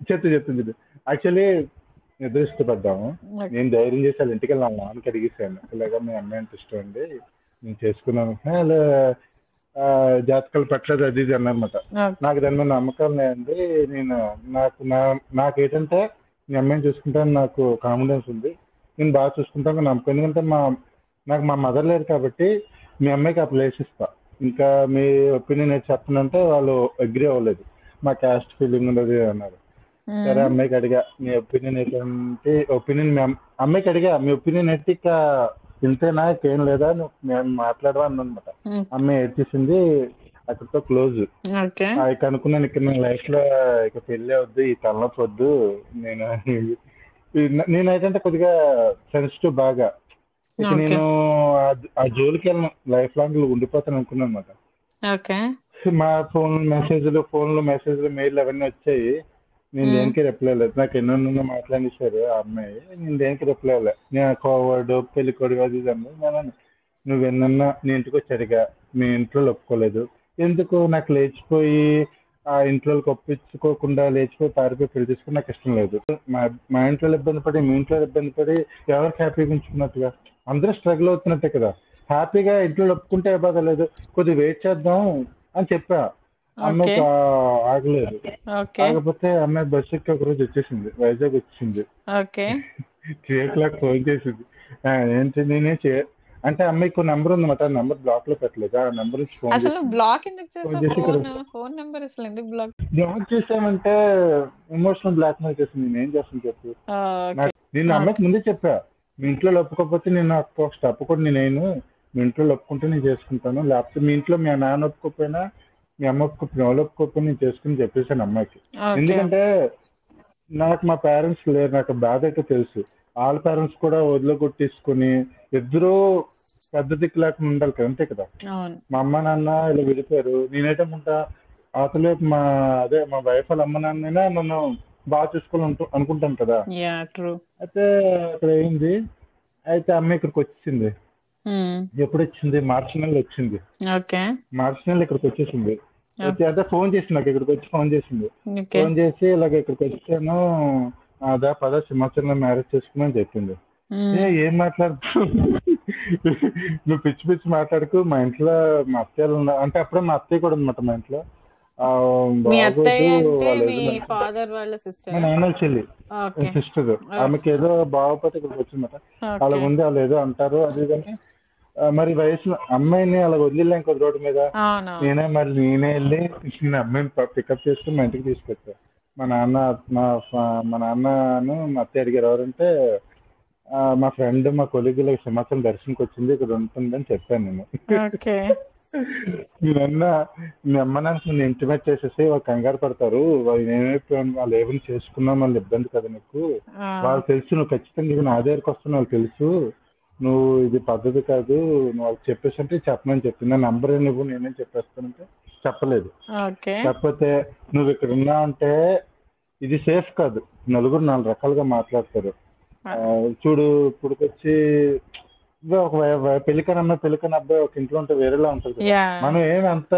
B: చెప్తా చెప్తాను చెప్తా యాక్చువల్లీ నిద్ర ఇష్టపడ్డాము
A: Okay.
B: నేను ధైర్యం చేసి వాళ్ళ ఇంటికి వెళ్ళి నా నాన్నకి అడిగేసాను ఇలాగా మీ అమ్మాయి అంటే ఇష్టం అండి నేను చేసుకున్నాను వాళ్ళు ఆ, జాతకాలు పెట్టలేదు అది ఇది అన్నమాట
A: Okay.
B: నాకు దాని మీద నమ్మకం లేదండి నేను నాకు నా నాకేంటంటే మీ అమ్మాయిని చూసుకుంటాను నాకు కాన్ఫిడెన్స్ ఉంది నేను బాగా చూసుకుంటాను నమ్మకం ఎందుకంటే మా నాకు మా మదర్ లేరు కాబట్టి మీ అమ్మాయికి ఆ ప్లేస్ ఇస్తా ఇంకా మీ ఒపీనియన్ ఏది చెప్పనంటే వాళ్ళు అగ్రి అవ్వలేదు మా క్యాస్ట్ ఫీలింగ్ ఉండదు అన్నారు
A: Mm.
B: సరే అమ్మాయికి అడిగా మీ ఒపీనియన్ ఏంటంటే ఒపీనియన్ మీ అమ్- అమ్మాయికి అడిగా మీ ఒపీనియన్ ఏంటి ఇక ఇంతేనా ఏం లేదా నువ్వు మేము మాట్లాడవా అన్నమాట
A: Mm.
B: అమ్మాయి ఏడ్చేసింది అక్కడితో క్లోజ్
A: ఓకే
B: ఆ, ఇక అనుకున్నాను ఇక నా లైఫ్ లో ఇక పెళ్లి అవద్దు ఈ తలనొప్పి వద్దు నేను ఈ- నేనైతే కొద్దిగా సెన్సిటివ్ బాగా ఇక
A: Okay.
B: నేను ఆ- ఆ జోలికి వెళ్ళను లైఫ్ లాంగ్ ఇలా ఉండిపోతాను అనుకున్నాను అనమాట
A: ఓకే
B: మా ఫోన్ మెసేజ్లు ఫోన్లు మెసేజ్లు మెయిల్ అవన్నీ వచ్చాయి నేను
A: Hmm.
B: దేనికి రిప్లై లేదు నాకు ఎన్నో మాట్లాడేశారు ఆ అమ్మాయి నేను దేనికి రిప్లై లేదు నేను కోవర్డు పెళ్లి కొడుకు అది ఇది అన్నది నేను అన్నా, నువ్వు ఎన్నన్నా నీ ఇంటికి వచ్చాడుగా మీ ఇంట్లో ఒప్పుకోలేదు ఎందుకు నాకు లేచిపోయి ఆ ఇంట్లో ఒప్పించుకోకుండా లేచిపోయి పారిపోయి పెళ్లి తీసుకుని నాకు ఇష్టం లేదు మా మా ఇంట్లో ఇబ్బంది పడి మీ ఇంట్లో ఇబ్బంది పడి ఎవరికి హ్యాపీగా ఉంచుకున్నట్టుగా అందరూ స్ట్రగుల్ అవుతున్నట్టే కదా హ్యాపీగా ఇంట్లో ఒప్పుకుంటే ఏ బాధ లేదు కొద్దిగా వెయిట్ చేద్దాం అని చెప్పా అమ్మాయి
A: Okay.
B: ఆ- ఆగలేదు
A: ఓకే
B: ఆగపోతే అమ్మాయి బస్ ఎక్కి ఒక రోజు వచ్చేసింది వైజాగ్ వచ్చేసింది
A: okay
B: three o'clock phone చేసింది ఆ, ఏంటి నేనే చే అంటే అమ్మాయికి నెంబర్ ఉందన్నమాట ఆ నెంబర్ బ్లాక్ లో పెట్టలేదు ఆ నెంబర్ ఫోన్
A: అసలు బ్లాక్ ఎందుకు చేసావు
B: Jessica
A: phone
B: Rabbit.
A: Phone number అసలు ఎందుకు బ్లాక్
B: బ్లాక్ చేసామంటే ఎమోషనల్ బ్లాక్ మెయిల్ చేసింది నేను ఏం చేస్తాను చెప్పు నాకు నేను అమ్మాయికి ముందే చెప్పా మీ ఇంట్లో ఒప్పుకోకపోతే నేను ఒక స్టెప్ కూడా నేను మీ ఇంట్లో ఒప్పుకుంటే నేను చేసుకుంటాను లేకపోతే మీ ఇంట్లో మీ నాన్న ఒప్పుకోకపోయినా మీ అమ్మ ఒప్పుకోకపోయినా వాళ్ళు ఒప్పుకోకపోయినా నేను చేసుకుని చెప్పేసాను అమ్మాయికి
A: ఓకే
B: ఎందుకంటే నాకు మా పేరెంట్స్ లేరు నాకు బాధ అయితే తెలుసు వాళ్ళ పేరెంట్స్ కూడా వదిలగొట్టేసుకుని ఇద్దరు పెద్ద దిక్కు లేకుండా ఉండాలి కదా అంతే కదా
A: అవును
B: మా అమ్మ నాన్న ఇలా విడిపోయారు నేనైతే ఉంటా అసలే మా అదే మా వైఫ్ వాళ్ళ అమ్మ నాన్ననే నన్ను బాగా చూసుకోవాలను అనుకుంటాను కదా
A: యా ట్రూ
B: అయితే అక్కడ అయింది అయితే అమ్మ ఇక్కడికి వచ్చింది ఎప్పుడు వచ్చింది మార్చి నెలలో వచ్చింది
A: ఓకే
B: మార్చి నెలలో ఇక్కడికి వచ్చేసింది వచ్చి అయితే ఫోన్ చేసింది నాకు ఇక్కడికి వచ్చి ఫోన్ చేసింది
A: ఓకే
B: ఫోన్ చేసి ఇలాగ ఇక్కడికి వచ్చాను అదా పద సింహాచలంలో మ్యారేజ్ చేసుకున్నాను చెప్పింది ఏ ఏం మాట్లాడుతావు నువ్వు పిచ్చి పిచ్చి మాట్లాడుకు మా ఇంట్లో మా అత్తయ్యలు ఉన్నారు అంటే అప్పుడే మా అత్తయ్య కూడా అనమాట మా ఇంట్లో ఆ,
A: మీ
B: బాగోదు,
A: అత్తయ్య అంటే
B: వాళ్ళు
A: మీ
B: ఏదో-
A: ఫాదర్ వాళ్ళ
B: మా
A: సిస్టర్
B: నాన్న చెల్లి
A: ఓకే
B: సిస్టర్ ఆమెకి ఏదో బాగోపోతే ఇక్కడికి వచ్చిందట వాళ్ళ
A: ఓకే
B: ముందు వాళ్ళు ఏదో అంటారు అది ఇది అని. ఆ, మరి వయసు అమ్మాయిని అలా వదిలేం కదా రోడ్డు మీద
A: అవును
B: నేనే మరి నేనే వెళ్ళి నేను అమ్మాయిని పికప్ చేసుకుని మా ఇంటికి తీసుకొచ్చా మా నాన్న మా ఫ- మా నాన్నను మా అత్తయ్య అడిగారు ఎవరంటే ఆ, మా ఫ్రెండ్ మా కొలిగుల సింహాచలం దర్శనంకి వచ్చింది ఇక్కడ ఉంటుందని చెప్పాను నేను
A: ఓకే
B: నేనన్నా మీ అమ్మ నాకు నేను ఇంటిమేట్ చేసేసి వాళ్ళు కంగారు పడతారు వాళ్ళు ఏమైపోయాను వాళ్ళు ఏమైనా చేసుకున్నా వాళ్ళు ఇబ్బంది కదా నీకు వాళ్ళు తెలుసు నువ్వు ఖచ్చితంగా ఇది నా దగ్గరికి వస్తున్నా వాళ్ళు తెలుసు నువ్వు ఇది పద్ధతి కాదు నువ్వు వాళ్ళకి చెప్పేసి అంటే చెప్పమని చెప్పింది నా నంబర్ నువ్వు నేనేం చెప్పేస్తానంటే చెప్పలేదు
A: ఓకే
B: కాకపోతే నువ్వు ఇక్కడ ఉన్నా అంటే ఇది సేఫ్ కాదు నలుగురు నాలుగు రకాలుగా మాట్లాడతారు ఆ, చూడు ఇప్పుడుకొచ్చి ఇదో ఒక వై- వై- పెళ్ళికని అమ్మాయి పెళ్ళికని అబ్బాయి ఒక ఇంట్లో ఉంటే వేరేలా ఉంటుంది కదా.
A: యా
B: మనం ఏమి అంత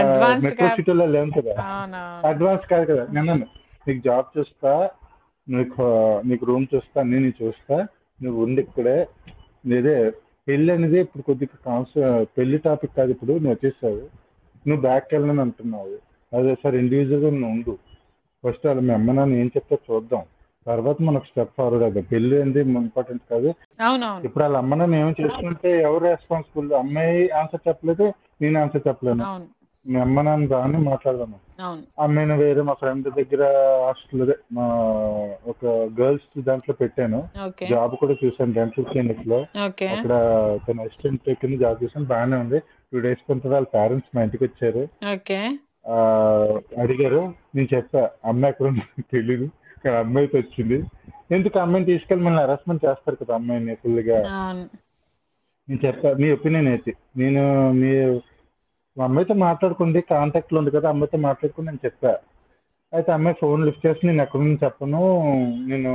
A: Advanced
B: మెట్రో
A: గా-
B: సిటీలో లేము కదా
A: అవును
B: అడ్వాన్స్ కాదు కదా నేను నీకు జాబ్ చూస్తా నీకు నీకు రూమ్ చూస్తా అన్ని నేను చూస్తా నువ్వు ఉండి ఇక్కడే ఇదే పెళ్ళి అనేది ఇప్పుడు కొద్దిగా కాన్స్ పెళ్లి టాపిక్ కాదు ఇప్పుడు నువ్వు వచ్చేసావు నువ్వు బ్యాక్ వెళ్ళని అంటున్నావు అదే సార్ ఇండివిజువల్గా నువ్వు ఉండు ఫస్ట్ అలా మీ అమ్మ నాన్న ఏం చెప్తా చూద్దాం తర్వాత మనకు స్టెప్ ఫార్వర్డ్ అవుతుంది పెళ్ళి అనేది ఇంపార్టెంట్ కాదు
A: అవునవును
B: ఇప్పుడు వాళ్ళ అమ్మ నాన్న ఏమి చేసుకుంటే ఎవరు రెస్పాన్సిబుల్ అమ్మాయి ఆన్సర్ చెప్పలేదు నేను ఆన్సర్ చెప్పలేను
A: అవును
B: మీ అమ్మ నాన్న రాని మాట్లాడదాము
A: అవును
B: నేను వేరే మా ఫ్రెండ్ దగ్గర హాస్టల్ అదే మా ఒక గర్ల్స్ దాంట్లో పెట్టాను
A: ఓకే
B: జాబ్ కూడా చూసాను డెంటల్ క్లినిక్ లో
A: ఓకే
B: అక్కడ తన అసిస్టెంట్ కింద జాబ్ చేసాను బాగానే ఉంది టూ డేస్ కొంత వాళ్ళ పేరెంట్స్ మా ఇంటికి వచ్చారు
A: ఓకే
B: ఆ, అడిగారు నేను చెప్పా అమ్మాయి ఎక్కడ ఉందో నాకు తెలీదు కానీ అమ్మాయికి వచ్చింది ఎందుకు అమ్మాయిని తీసుకెళ్ళి మిమ్మల్ని హెరాస్మెంట్ చేస్తారు కదా అమ్మాయిని ఫుల్ గా
A: అవును
B: నేను చెప్తా మీ ఒపీనియన్ ఏంటి నేను మీ మా అమ్మాయితో మాట్లాడుకుంది కాంటాక్ట్లో ఉంది కదా అమ్మాయితో మాట్లాడుకుని నేను చెప్పా అయితే అమ్మాయి ఫోన్ లిఫ్ట్ చేసి నేను ఎక్కడ నుంచి చెప్పను నేను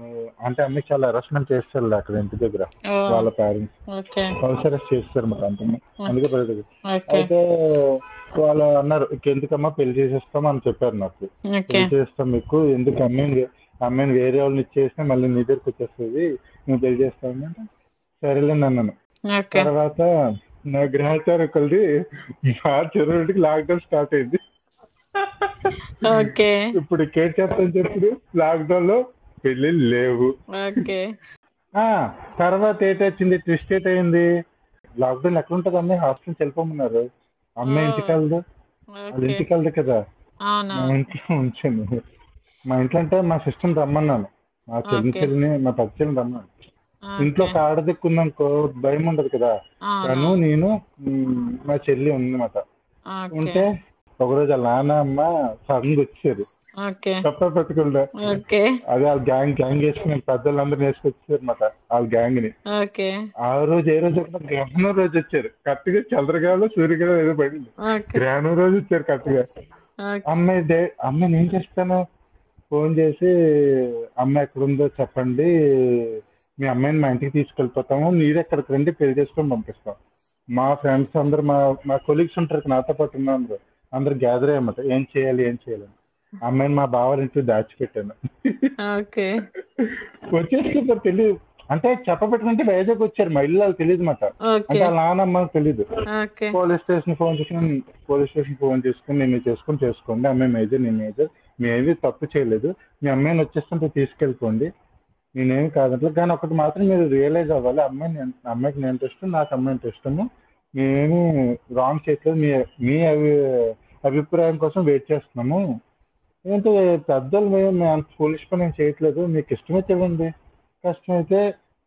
B: మీ- అంటే అమ్మాయి చాలా హెరాస్మెంట్ చేస్తారు అక్కడ ఇంటి దగ్గర వాళ్ళ పేరెంట్స్
A: ఓకే
B: హౌస్ అరెస్ట్ చేస్తారు మరి అంత అందుకే పెద్దది
A: ఓకే
B: అయితే వాళ్ళు అన్నారు ఎందుకమ్మా పెళ్లి చేసేస్తాం అని చెప్పారు నాకు
A: ఓకే
B: పెళ్లి చేస్తాం మీకు ఎందుకు అమ్మాయిని వే- అమ్మాయిని వేరే వాళ్ళని ఇచ్చేస్తే మళ్ళీ నీ దగ్గరికి వచ్చేస్తుంది నువ్వు పెళ్లి చేస్తావు అంటే సరేలే అన్నాను
A: ఓకే
B: తర్వాత నా గ్రహచారం ఒకరిది మార్చి ఇరవై ఒకటికి లాక్డౌన్ స్టార్ట్ అయింది
A: ఓకే
B: ఇప్పుడు కేర్ చేస్తాను చెప్పుడు లాక్డౌన్ లో పెళ్లి లేవు
A: ఓకే
B: ఆ తర్వాత ఏటొచ్చింది ట్విస్ట్ ఏట్ అయింది లాక్డౌన్ ఎక్కడ ఉంటుంది అమ్మాయి హాస్టల్ వెళ్ళిపోమన్నారు అమ్మాయి ఇంటికెళ్ళదు వాళ్ళ
A: ఓకే
B: ఇంటికెళ్ళదు కదా
A: అవునా
B: మా ఇంట్లో ఉంచాను మా ఇంట్లో అంటే మా సిస్టమ్ రమ్మన్నాను మా చెల్లి
A: Okay.
B: చెల్లిని మా పది చెల్లిని రమ్మన్నాను
A: Okay.
B: ఇంట్లో ఒక ఆడదిక్కుందనుకో భయం ఉండదు కదా
A: అవునా
B: తను నేను మ్, మా చెల్లి ఉందన్నమాట
A: ఓకే
B: ఉంటే ఒకరోజు వాళ్ళ నాన్న అమ్మ సడన్ గా వచ్చారు
A: ఓకే
B: తప్ప పెట్టకుండా
A: ఓకే
B: అదే వాళ్ళ గ్యాంగ్ గ్యాంగ్ వేసుకుని పెద్దలందరినీ వేసుకొచ్చారు అనమాట వాళ్ళ గ్యాంగ్ ని
A: ఓకే
B: ఆ రోజు ఏ రోజు వచ్చినా గ్రహణం రోజు వచ్చారు కరెక్ట్ గా చంద్రగ్రహంలో సూర్యగ్రహం ఏదో పడింది
A: ఓకే
B: గ్రహణం రోజు వచ్చారు కరెక్ట్ గా
A: ఓకే
B: అమ్మాయి డే అమ్మాయి నేను చేస్తాను ఫోన్ చేసి అమ్మాయి ఎక్కడుందో చెప్పండి మీ అమ్మాయిని మా ఇంటికి తీసుకెళ్ళిపోతాము మీరు ఎక్కడికి రండి పెళ్లి చేసుకొని పంపిస్తాం మా ఫ్రెండ్స్ అందరు మా మా కొలీగ్స్ ఉంటారు నాతో పాటు ఉన్న అందరు అందరు గ్యాదర్ అయ్యమాట ఏం చేయాలి ఏం చేయాలి అని. అమ్మాయిని మా బావాల ఇంట్లో దాచిపెట్టాను
A: ఓకే
B: వచ్చేసి తెలియదు అంటే చెప్పబెట్టుకుంటే వైజాగ్ వచ్చారు మా ఇల్లు వాళ్ళకి తెలియదు మాట అంటే
A: ఓకే
B: వాళ్ళ నాన్నమ్మ తెలియదు
A: ఓకే
B: పోలీస్ స్టేషన్ ఫోన్ చేసుకుని పోలీస్ స్టేషన్ ఫోన్ చేసుకుని నేను చేసుకుని చేసుకోండి అమ్మాయి మేజర్ నేను మేజర్ మేమేమి తప్పు చేయలేదు మీ అమ్మాయిని వచ్చేస్తుంటే తీసుకెళ్ళిపోండి నేనేమి కాదంటే కానీ ఒకటి మాత్రం మీరు రియలైజ్ అవ్వాలి అమ్మాయిని నేను- అమ్మాయికి నేను ఇంట్రెస్ట్ నాకు అమ్మాయి ఇంట్రెస్ట్ మేమేమి రాంగ్ చేయట్లేదు మీ మీ అభి అభిప్రాయం కోసం వెయిట్ చేస్తున్నాము ఏంటంటే పెద్దలు మేము మేము అంత foolish పని ఏం చేయట్లేదు మీకు ఇష్టమైతే ఇవ్వండి కష్టమైతే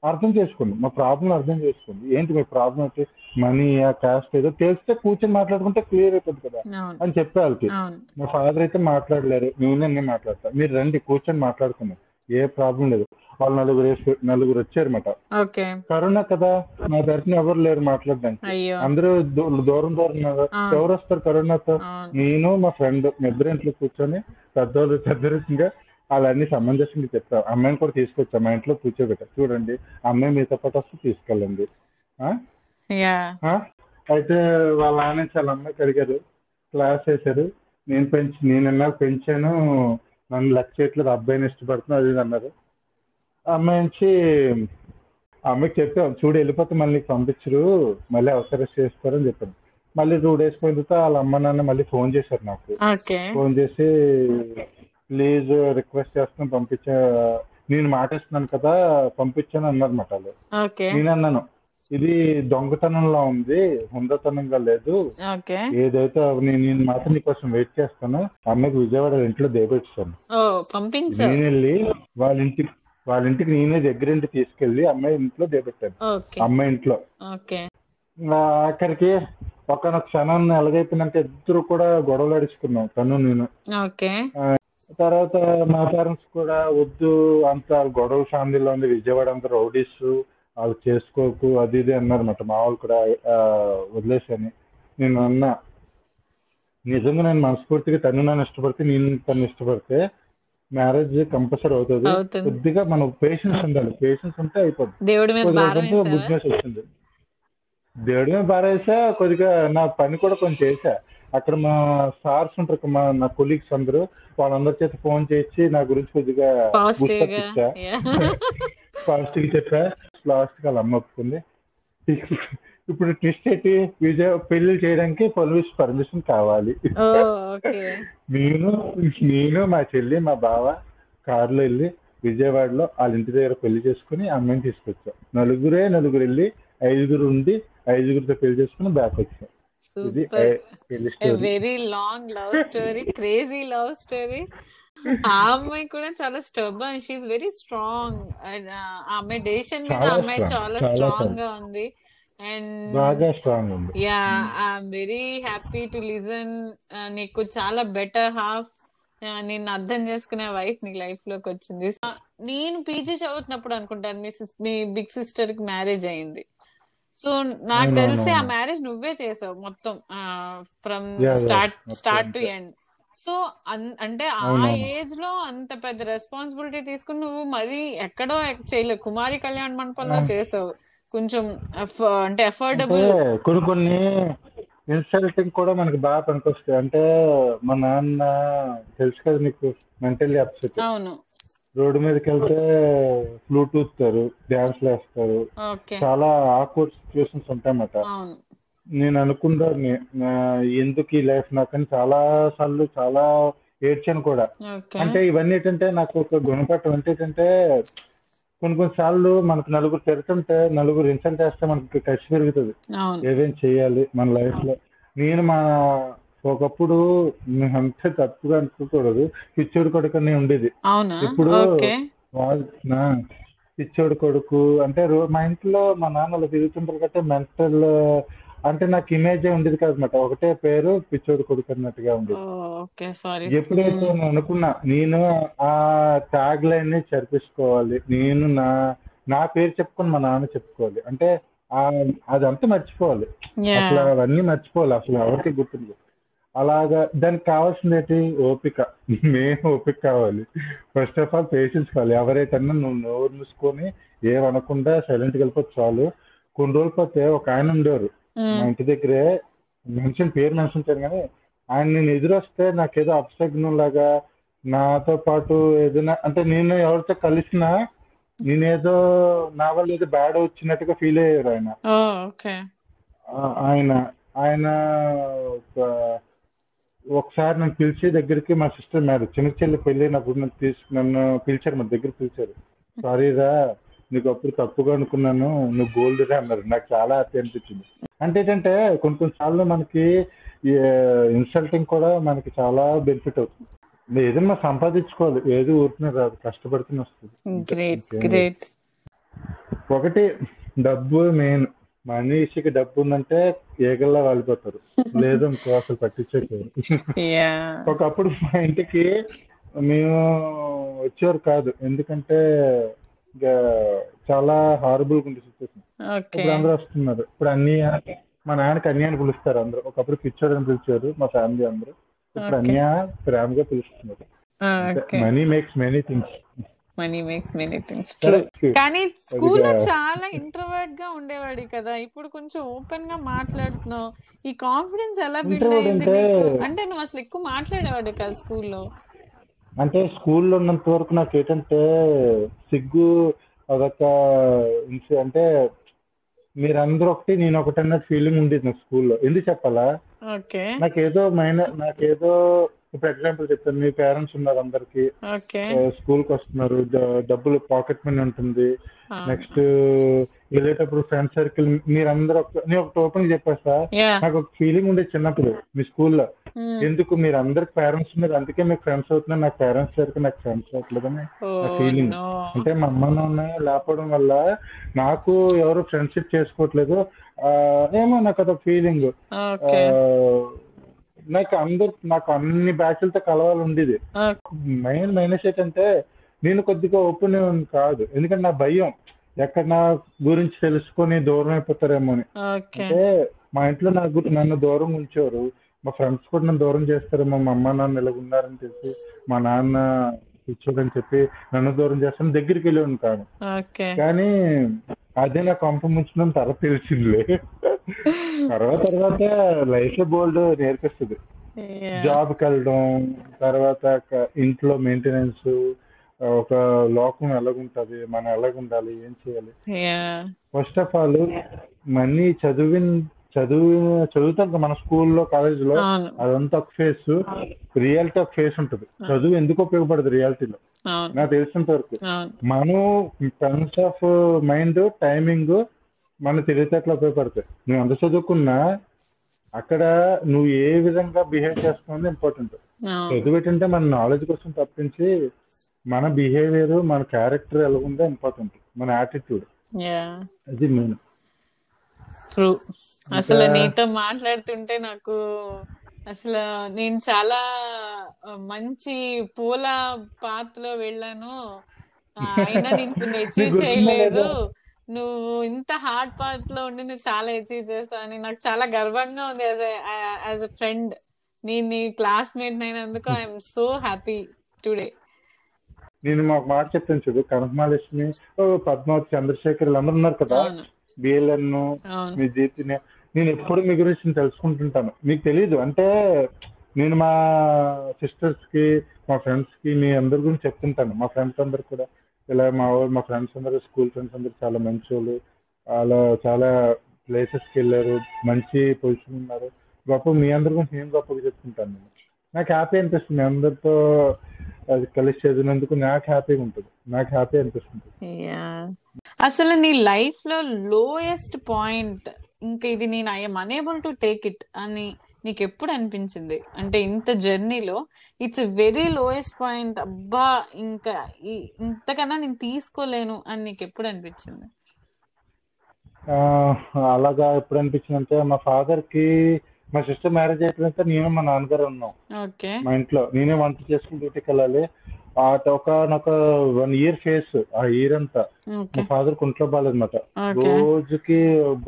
B: అర్థం చేసుకోండి మా ప్రాబ్లం అర్థం చేసుకోండి ఏంటి మీ ప్రాబ్లం అయితే మనీ ఆ కాస్ట్ ఏదో తెలిస్తే కూర్చొని మాట్లాడుకుంటే క్లియర్ అయిపోతుంది కదా
A: అవును
B: అని చెప్పే వాళ్ళకి
A: అవును
B: మా ఫాదర్ అయితే మాట్లాడలేరు నేను నేను మాట్లాడతా మీరు రండి కూర్చొని మాట్లాడుకుందాం ఏ ప్రాబ్లం లేదు వాళ్ళు నలుగురు వేసు- నలుగురు వచ్చారన్నమాట
A: ఓకే
B: కరోనా కదా నా తరఫున ఎవరు లేరు మాట్లాడడానికి
A: అయ్యో
B: అందరూ దూ- దూరం దూరం ఉన్నారు.
A: ఆ.
B: ఎవరు వస్తారు కరోనాతో
A: అవును
B: నేను మా ఫ్రెండ్ మా ఇద్దరు ఇంట్లో కూర్చొని పెద్దోళ్ళు పెద్దరికంగా వాళ్ళన్ని సమంజసంగా చెప్తారు అమ్మాయిని కూడా తీసుకొచ్చాం మా ఇంట్లో కూర్చోబెట్టారు చూడండి అమ్మాయి మీతో పాటు వస్తే తీసుకెళ్ళండి ఆ?
A: యా
B: ఆ? అయితే వాళ్ళ ఆయన చాలా అమ్మాయికి అడిగారు క్లాస్ చేశారు నేను పెంచి నేను ఎన్నా పెంచాను నన్ను లెక్క చేయట్లేదు అబ్బాయిని ఇష్టపడుతున్నా అది ఇది అన్నారు అమ్మాయి నుంచి అమ్మాయికి చెప్పాం చూడు వెళ్ళిపోతే మళ్ళీ నీకు పంపించరు మళ్ళీ అవసరం చేస్తారని చెప్పాను మళ్ళీ టూ డేస్ పోయిన తర్వాత వాళ్ళ అమ్మ నాన్న మళ్ళీ ఫోన్ చేశారు నాకు
A: ఓకే
B: ఫోన్ చేసి ప్లీజ్ రిక్వెస్ట్ చేస్తాను పంపించా నేను మాటేస్తున్నాను కదా పంపించాను అన్నారు మాట వాళ్ళు
A: ఓకే
B: నేను అన్నాను ఇది దొంగతనంలా ఉంది హుందతనంగా లేదు
A: ఓకే
B: ఏదైతే నేను నేను మాత్రం నీకోసం వెయిట్ చేస్తాను అమ్మాయికి విజయవాడ ఇంట్లో దేపెట్టాను
A: ఓ పంపించారు
B: నేను వెళ్ళి వాళ్ళ ఇంటికి వాళ్ళ ఇంటికి నేనే దగ్గరింటి తీసుకెళ్ళి అమ్మాయి ఇంట్లో దేపెట్టాను
A: ఓకే
B: అమ్మాయి ఇంట్లో
A: ఓకే
B: ఆ, అక్కడికి ఒక క్షణం ఎలాగైపోయిందంటే ఇద్దరు కూడా గొడవలు అడుచుకున్నాం తను నేను
A: ఓకే
B: తర్వాత మా పేరెంట్స్ కూడా వద్దు అంత గొడవ ఫ్యామిలీలో ఉంది విజయవాడ అంత రౌడీస్ వాళ్ళు చేసుకోకు అది ఇది అన్నారన్నమాట మా వాళ్ళు కూడా ఆ, వదిలేసని నేను అన్నా నిజంగా నేను మనస్ఫూర్తిగా తను నన్ను ఇష్టపడితే నేను తను ఇష్టపడితే మ్యారేజ్ కంపల్సరీ అవుతుంది
A: అవుతుంది.
B: కొద్దిగా మనం పేషెన్స్ ఉండాలి పేషెన్స్ ఉంటే అయిపోతుంది
A: దేవుడి మీద
B: కొద్ది
A: భారం
B: రోజులకి
A: వేసావా
B: గుడ్నెస్ వచ్చింది దేవుడి మీద పారేసా కొద్దిగా నా పని కూడా కొంచెం చేసా అక్కడ మా సార్స్ ఉంటారు కదా, మా నా కొలీగ్స్ అందరూ వాళ్ళందరి చేత ఫోన్ చేసి నా గురించి కొద్దిగా
A: పాజిటివ్ గా
B: గుర్తొప్పించా
A: Yeah.
B: ఫాస్ట్ గా చెప్పా లాస్ట్ గా అమ్మ ఒప్పుకుంది ఇప్పుడు ట్విస్ట్ ఏంటి విజయ పెళ్లి చేయడానికి పోలీస్ పర్మిషన్ కావాలి
A: ఓ ఓకే
B: నేను నేను మా చెల్లి మా బావ కారులో వెళ్ళి విజయవాడలో వాళ్ళ ఇంటి దగ్గర పెళ్లి చేసుకుని అమ్మాయిని తీసుకొచ్చాం నలుగురే నలుగురు వెళ్ళి ఐదుగురు ఉండి ఐదుగురితో పెళ్లి చేసుకుని బ్యాక్ వచ్చాం ఇది
A: సూపర్
B: ఐ- పెళ్లి
A: a
B: story
A: very long love story crazy love story ఆ అమ్మాయి కూడా చాలా stubborn she very strong and uh, ఆమె డెసిషన్ మీద
B: చాలా
A: అమ్మాయి
B: strong.
A: చాలా
B: చాలా
A: స్ట్రాంగ్
B: strong.
A: గా ఉంది అండ్
B: బాగా స్ట్రాంగ్ ఉంది
A: yeah
B: Hmm.
A: I'm very happy to listen Uh, నీకు చాలా బెటర్ హాఫ్ నేను అర్థం చేసుకునే వైఫ్ నీ లైఫ్ లోకి వచ్చింది Uh, ఆ, నేను పీజీ చదువుతున్నప్పుడు అనుకుంటాను మీ సిస్- మీ బిగ్ సిస్టర్ కి మ్యారేజ్ అయింది సో సో నాకు
B: No, no,
A: తెలిసి
B: no,
A: ఆ
B: no.
A: మ్యారేజ్ నువ్వే చేసావు మొత్తం uh, from
B: Yeah, yeah,
A: start
B: మొత్తం
A: స్టార్ట్ టు
B: అంతే.
A: ఎండ్ సో అంటే ఆ
B: అవునవును.
A: ఏజ్ లో అంత పెద్ద రెస్పాన్సిబిలిటీ తీసుకుని నువ్వు మరీ ఎక్కడో ఎక్- చేయలేవు కుమారి కళ్యాణ్ మండపంలో
B: Yeah.
A: చేసావు కొంచెం ఎఫ్- అంటే
B: Hmm. అంటే
A: అఫోర్డబుల్
B: కొన్ని కొన్ని ఇన్సల్టింగ్ కూడా మనకి బాగా పనికొస్తాయి అంటే మా నాన్న తెలుసు కదా నీకు మెంటల్లీ అప్సెట్
A: అవును
B: రోడ్డు మీదకి వెళ్తే బ్లూటూత్ డ్యాన్స్ వేస్తారు
A: ఓకే
B: చాలా ఆక్వర్డ్ సిచ్యువేషన్స్ ఉంటాయన్నమాట
A: అవును
B: నేను అనుకున్నాను ఎందుకు ఈ లైఫ్ నాకని చాలా సార్లు చాలా ఏడ్చాను కూడా
A: ఓకే
B: అంటే ఇవన్నీ ఏంటంటే నాకు ఒక గుణపాఠం అంటే ఏంటంటే కొన్ని కొన్ని సార్లు మనకు నలుగురు తిరుగుతుంటే నలుగురు ఇన్సల్ట్ చేస్తే మనకి కసి పెరుగుతుంది
A: అవును
B: ఏదేం చేయాలి మన లైఫ్ లో నేను మా ఒకప్పుడు అంతే తప్పుగా అనుకోకూడదు పిచ్చోడు కొడుకు అని ఉండేది
A: అవునా
B: ఇప్పుడు
A: ఓకే
B: వాళ్ళు నా పిచ్చోడు కొడుకు అంటే రో- మా ఇంట్లో మా నాన్న అలా తిరుగుతుంటారు కాబట్టి మెంటల్ అంటే నాకు ఇమేజ్ ఉండేది కాదనమాట ఒకటే పేరు పిచ్చోడు కొడుకు అన్నట్టుగా ఉండేది
A: ఓకే సారీ
B: ఎప్పుడైతే నేను అనుకున్నా నేను ఆ ట్యాగ్ లైన్ ని చదివించుకోవాలి నేను నా నా పేరు చెప్పుకొని మా నాన్న చెప్పుకోవాలి అంటే ఆ అదంతా మర్చిపోవాలి
A: యా
B: అసలు అవన్నీ మర్చిపోవాలి అసలు ఎవరికి గుర్తుంది అలాగా దానికి కావాల్సింది ఏంటి ఓపిక మెయిన్ ఓపిక కావాలి ఫస్ట్ ఆఫ్ ఆల్ పేషెన్స్ కావాలి ఎవరైతేనా నువ్వు నోరు మూసుకొని ఏమనకుండా సైలెంట్ వెళ్ళిపోతే చాలు కొన్ని రోజులు పోతే ఒక ఆయన ఉండేవారు మా ఇంటి దగ్గరే మెన్షన్ పేరు మెన్షన్ చేయను కానీ ఆయన నేను ఎదురొస్తే నాకేదో అప్సగ్నం లాగా నాతో పాటు ఏదైనా అంటే నేను ఎవరితో కలిసినా నేనేదో నా వల్ల ఏదో బ్యాడ్ వచ్చినట్టుగా ఫీల్ అయ్యారు ఆయన
A: ఓకే
B: ఆ- ఆయన ఆయన ఒక- ఒకసారి నన్ను పిలిచి దగ్గరికి మా సిస్టర్ మ్యారేజ్ చిన్న చెల్లి పెళ్ళైనప్పుడు నన్ను తీసు నన్ను పిలిచారు మా దగ్గర పిలిచారు సారీ రా నీకు అప్పుడు తప్పుగా అనుకున్నాను నువ్వు గోల్డ్ రా అన్నారు నాకు చాలా హ్యాపీ అనిపించింది అంటే ఏంటంటే కొన్ని కొన్ని సార్లు మనకి ఇన్సల్టింగ్ కూడా మనకి చాలా బెనిఫిట్ అవుతుంది ఏదైనా సంపాదించుకోవాలి ఏది ఊరికనే రాదు కష్టపడితేనే వస్తుంది
A: గ్రేట్
B: ఇంకేం లేదు.
A: గ్రేట్
B: ఒకటి డబ్బు మెయిన్ మనిషికి డబ్బు ఉందంటే ఏగల్లా వాలిపోతారు లేదు ఇంకో అసలు పట్టించేవారు
A: యా
B: ఒకప్పుడు మా ఇంటికి మేము వచ్చేవారు కాదు ఎందుకంటే ఇంకా చాలా హారబుల్ ఉంది సిచ్యువేషన్
A: ఓకే
B: ఇప్పుడు అందరూ వస్తున్నారు ఇప్పుడు అన్నయ్య మా నాన్నకి అన్నయ్య అని పిలుస్తారు అందరూ ఒకప్పుడు పిచ్చోడు అని పిలిచారు మా ఫ్యామిలీ అందరూ ఇప్పుడు
A: Okay.
B: అన్నయ్య ప్రేమగా పిలుస్తున్నారు
A: okay
B: money makes many things
A: money makes many things true కానీ స్కూల్లో చాలా ఇంట్రోవర్ట్ గా ఉండేవాడి కదా ఇప్పుడు కొంచెం ఓపెన్ గా మాట్లాడుతున్నావు ఈ కాన్ఫిడెన్స్ ఎలా బిల్డ్
B: Introvert
A: అయింది
B: అంటే-
A: నీకు అంటే నువ్వు అసలు ఎక్కువ మాట్లాడేవాడు కదా స్కూల్లో
B: అంటే స్కూల్లో ఉన్నంత వరకు నాకు ఏంటంటే సిగ్గు అదొక ఇన్సి- అంటే మీరందరూ ఒకటి నేను ఒకటి అన్న ఫీలింగ్ ఉండేది నాకు స్కూల్లో ఎందుకు చెప్పాలా
A: ఓకే
B: నాకేదో మైనర్ నాకేదో ఇప్పుడు ఎగ్జాంపుల్ చెప్తాను మీ పేరెంట్స్ ఉన్నారు అందరికి
A: ఓకే
B: స్కూల్కి వస్తున్నారు డ- డబ్బులు పాకెట్ మనీ ఉంటుంది నెక్స్ట్ వెళ్ళేటప్పుడు ఫ్రెండ్ సర్కిల్ మీరందరూ ఒక నేను ఒకటి ఓపెన్ చెప్పేస్తా
A: యా
B: నాకు ఒక ఫీలింగ్ ఉండేది చిన్నప్పుడు మీ స్కూల్లో
A: Hmm.
B: ఎందుకు మీరు అందరికి పేరెంట్స్ ఉన్నారు అందుకే మీకు ఫ్రెండ్స్ అవుతున్నారు నాకు పేరెంట్స్ సరికి నాకు ఫ్రెండ్స్ అవ్వట్లేదని
A: ఓ
B: నా feeling.
A: నో
B: అంటే మా అమ్మ నాన్న లేకపోవడం వల్ల నాకు ఎవరు ఫ్రెండ్షిప్ చేసుకోవట్లేదు ఆ, ఏమో నాకు అదొక ఫీలింగ్
A: ఓకే
B: నాకు అందరు నాకు అన్ని బ్యాచ్లతో కలవాలి ఉండేది మెయిన్ మైనస్ ఏంటంటే నేను కొద్దిగా ఓపెన్ కాదు ఎందుకంటే నా భయం ఎక్కడ నా గురించి తెలుసుకొని దూరం అయిపోతారేమో అని
A: ఓకే
B: అంటే మా ఇంట్లో నా గురి నన్ను దూరం ఉంచారు మా ఫ్రెండ్స్ కూడా నన్ను దూరం చేస్తారేమో మా అమ్మ నాన్న ఇలా ఉన్నారని చెప్పి మా నాన్న కూర్చోదని చెప్పి నన్ను దూరం చేస్తాను దగ్గరికి వెళ్ళి కాదు
A: ఓకే
B: కానీ అదే నా కొంప ముంచడం తర్వాత తెలిసిందిలే తర్వాత తర్వాత లైఫ్ బోల్డ్ నేర్పిస్తుంది జాబ్ కి వెళ్ళడం తర్వాత క- ఇంట్లో మెయింటెనెన్స్ ఒక లోకం ఎలాగుంటది మనం ఎలాగుండాలి ఏం చేయాలి
A: yeah
B: first of all money చదివి చదువు చదువుతాం కదా మన స్కూల్లో కాలేజీలో
A: అవును
B: అదంతా ఒక ఫేస్ రియాలిటీ ఒక ఫేస్ ఉంటుంది చదువు ఎందుకు ఉపయోగపడదు రియాలిటీలో
A: అవును
B: నాకు తెలిసినంత వరకు
A: అవును
B: మనం టర్మ్స్ ఆఫ్ మైండ్ టైమింగ్ మన తెలివితేటలు ఉపయోగపడతాయి నువ్వు ఎంత చదువుకున్నా అక్కడ నువ్వు ఏ విధంగా బిహేవ్ చేస్తున్నావు ఇంపార్టెంట్
A: అవును
B: చదువు ఏంటంటే మన నాలెడ్జ్ కోసం తప్పించి మన బిహేవియర్ మన క్యారెక్టర్ ఎలా ఉందో ఇంపార్టెంట్ మన యాటిట్యూడ్
A: యా
B: అది మెయిన్
A: ట్రూ అసలు నీతో మాట్లాడుతుంటే నాకు అసలు నేను చాలా ఆ, మంచి పూల పాత్ లో వెళ్ళాను ఆ, అయినా నేను అచీవ్
B: గుర్తుందా
A: చేయలేదు
B: లేదా?
A: నువ్వు ఇంత హార్డ్ పార్ట్ లో ఉండి నువ్వు చాలా అచీవ్ చేస్తావు అని నాకు చాలా గర్వంగా ఉంది యాజ్ యాజ్ అ ఫ్రెండ్ నీ నీ క్లాస్మేట్ అయినందుకు ఐఎమ్ సో హ్యాపీ టుడే
B: నేను మాకు మాట చెప్తాను చూడు కనకమహాలక్ష్మి ఓ, పద్మావతి చంద్రశేఖర్ వీళ్ళందరూ ఉన్నారు కదా
A: అవును
B: బిఎల్ఎన్
A: అవును
B: మీ జీతి నేను ఎప్పుడు మీ గురించి తెలుసుకుంటుంటాను మీకు తెలియదు అంటే నేను మా సిస్టర్స్ కి మా ఫ్రెండ్స్ కి మీ అందరి గురించి చెప్తుంటాను మా ఫ్రెండ్స్ అందరు కూడా ఇలా మా వా- మా ఫ్రెండ్స్ అందరూ స్కూల్ ఫ్రెండ్స్ అందరూ చాలా మంచి వాళ్ళు అలా చాలా ప్లేసెస్ కి వెళ్ళారు మంచి పొజిషన్ ఉన్నారు గొప్ప మీ అందరి గురించి నేను గొప్పగా చెప్తుంటాను నేను నాకు హ్యాపీ అనిపిస్తుంది మీ అందరితో అది కలిసి చదివినందుకు నాకు హ్యాపీగా ఉంటుంది నాకు హ్యాపీ అనిపిస్తుంది
A: యా అసలు నీ లైఫ్ లో లోయెస్ట్ పాయింట్ ఇంకా ఇది నేను I'm unable to take it అని నీకు ఎప్పుడు అనిపించింది అంటే ఇంత జర్నీలో ఇట్స్ వెరీ లోయెస్ట్ పాయింట్ అబ్బా ఇంకా ఈ- ఇంతకన్నా నేను తీసుకోలేను అని నీకు ఎప్పుడు అనిపించింది
B: ఆ, అలాగా ఎప్పుడు అనిపించిందంటే మా ఫాదర్ కి మా సిస్టర్ మ్యారేజ్ అయిపోయినాక నేను మా నాన్నగారు ఉన్నాం
A: ఓకే
B: మా ఇంట్లో నేనే వంట చేసుకుని డ్యూటీకి వెళ్ళాలి ఆ ఒకనొక వన్ ఇయర్ ఫేస్ ఆ ఇయర్ అంతా
A: ఓకే
B: మా ఫాదర్ ఒంట్లో బాగాలేదన్నమాట
A: ఓకే
B: రోజుకి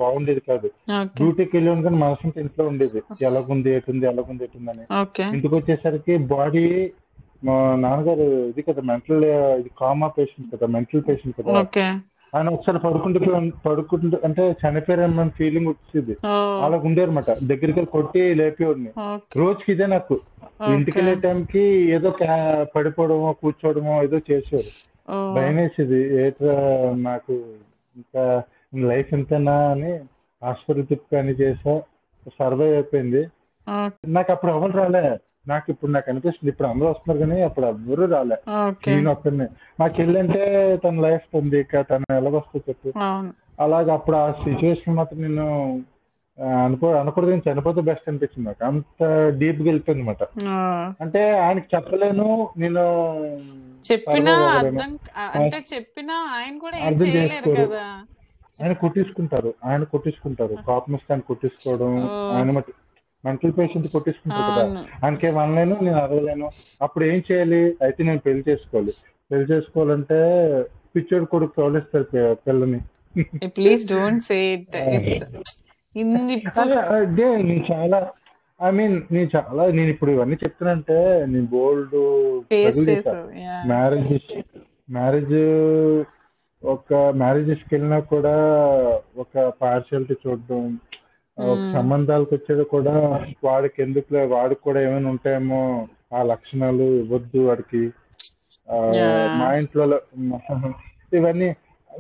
B: బాగుండేది కాదు
A: ఓకే
B: డ్యూటీకి వెళ్ళాను కానీ మనసంతా ఇంట్లో ఉండేది ఎలాగుంది ఎటుంది ఎలాగుంది ఎటుంది అని
A: ఓకే
B: ఇంటికి వచ్చేసరికి బాడీ మా నాన్నగారు ఇది కదా మెంటల్ ఇది కామా పేషెంట్ కదా మెంటల్ పేషెంట్ కదా
A: ఓకే
B: ఆయన ఒకసారి పడుకుంటూ పడుకుంటూ అంటే చనిపోయారన్న ఫీలింగ్ వచ్చింది
A: ఓ
B: అలా ఉండేదన్నమాట దగ్గరికి వెళ్ళి కొట్టి లేపేవాడిని
A: ఓకే
B: రోజుకి ఇదే నాకు ఇంటికి వెళ్ళే టైంకి ఏదో క్యా- పడిపోవడమో కూర్చోవడమో ఏదో చేసేవారు
A: ఓ
B: భయం వేసేది ఏట్రా నాకు ఇంకా లైఫ్ ఎంతనా అని హాస్పిటల్ తిప్పి అని చేసా సర్వైవ్ అయిపోయింది
A: ఓ-
B: నాకు అప్పుడు ఎవరు రాలే నాకు ఇప్పుడు నాకు అనిపిస్తుంది ఇప్పుడు అందరూ వస్తున్నారు కానీ అప్పుడు ఎవరు రాలే
A: ఓకే
B: నేను ఒక్కడినే మా చెల్లి అంటే తన లైఫ్ ఉంది ఇక తను ఎలాగొస్తా చెప్పు
A: అవును
B: అలాగే అప్పుడు ఆ సిచ్యువేషన్ మాత్రం నేను ఆ, అనుకో అనకూడదు నేను చనిపోతే బెస్ట్ అనిపించింది నాకు అంత డీప్ గా వెళ్ళిపోయింది అనమాట
A: ఆ.
B: అంటే ఆయనకి చెప్పలేను నేను
A: చెప్పినా
B: పర్వాలేదు ఎవరైనా.
A: అర్థం ఆ- అంటే చెప్పినా ఆయన కూడా ఏం
B: అర్థం
A: చేయలేరు
B: చేసుకోరు.
A: కదా
B: ఆయన కొట్టించుకుంటారు ఆయన కొట్టించుకుంటారు కోపం వస్తే ఆయన కొట్టించుకోవడం
A: ఓ.
B: ఆయన మెంటల్ పేషెంట్ కొట్టించుకుంటారు కదా
A: అవును
B: ఆయనకి అనలేను నేను అరవలేను అప్పుడు ఏం చేయాలి అయితే నేను పెళ్లి చేసుకోవాలి పెళ్లి చేసుకోవాలంటే పిచ్చోడు కొడుకు తోలేస్తారు పి- పిల్లని
A: please don't say it it's ఇంది
B: అదే అదే నేను చాలా ఐ మీన్ నేను చాలా నేను ఇప్పుడు ఇవన్నీ చెప్తున్నంటే నేను బోల్డ్
A: ఫేస్ చేసావు
B: మ్యారేజ్ మ్యారేజ్ ఒక మ్యారేజెస్కి వెళ్ళినా కూడా ఒక పార్షియాలిటీ చూడడం ఒక సంబంధాలకు వచ్చేది కూడా వాడికి ఎందుకులే వాడికి కూడా ఏమైనా ఉంటాయేమో ఆ లక్షణాలు ఇవ్వద్దు వాడికి ఆ,
A: Yeah.
B: మా ఇంట్లో ఇవన్నీ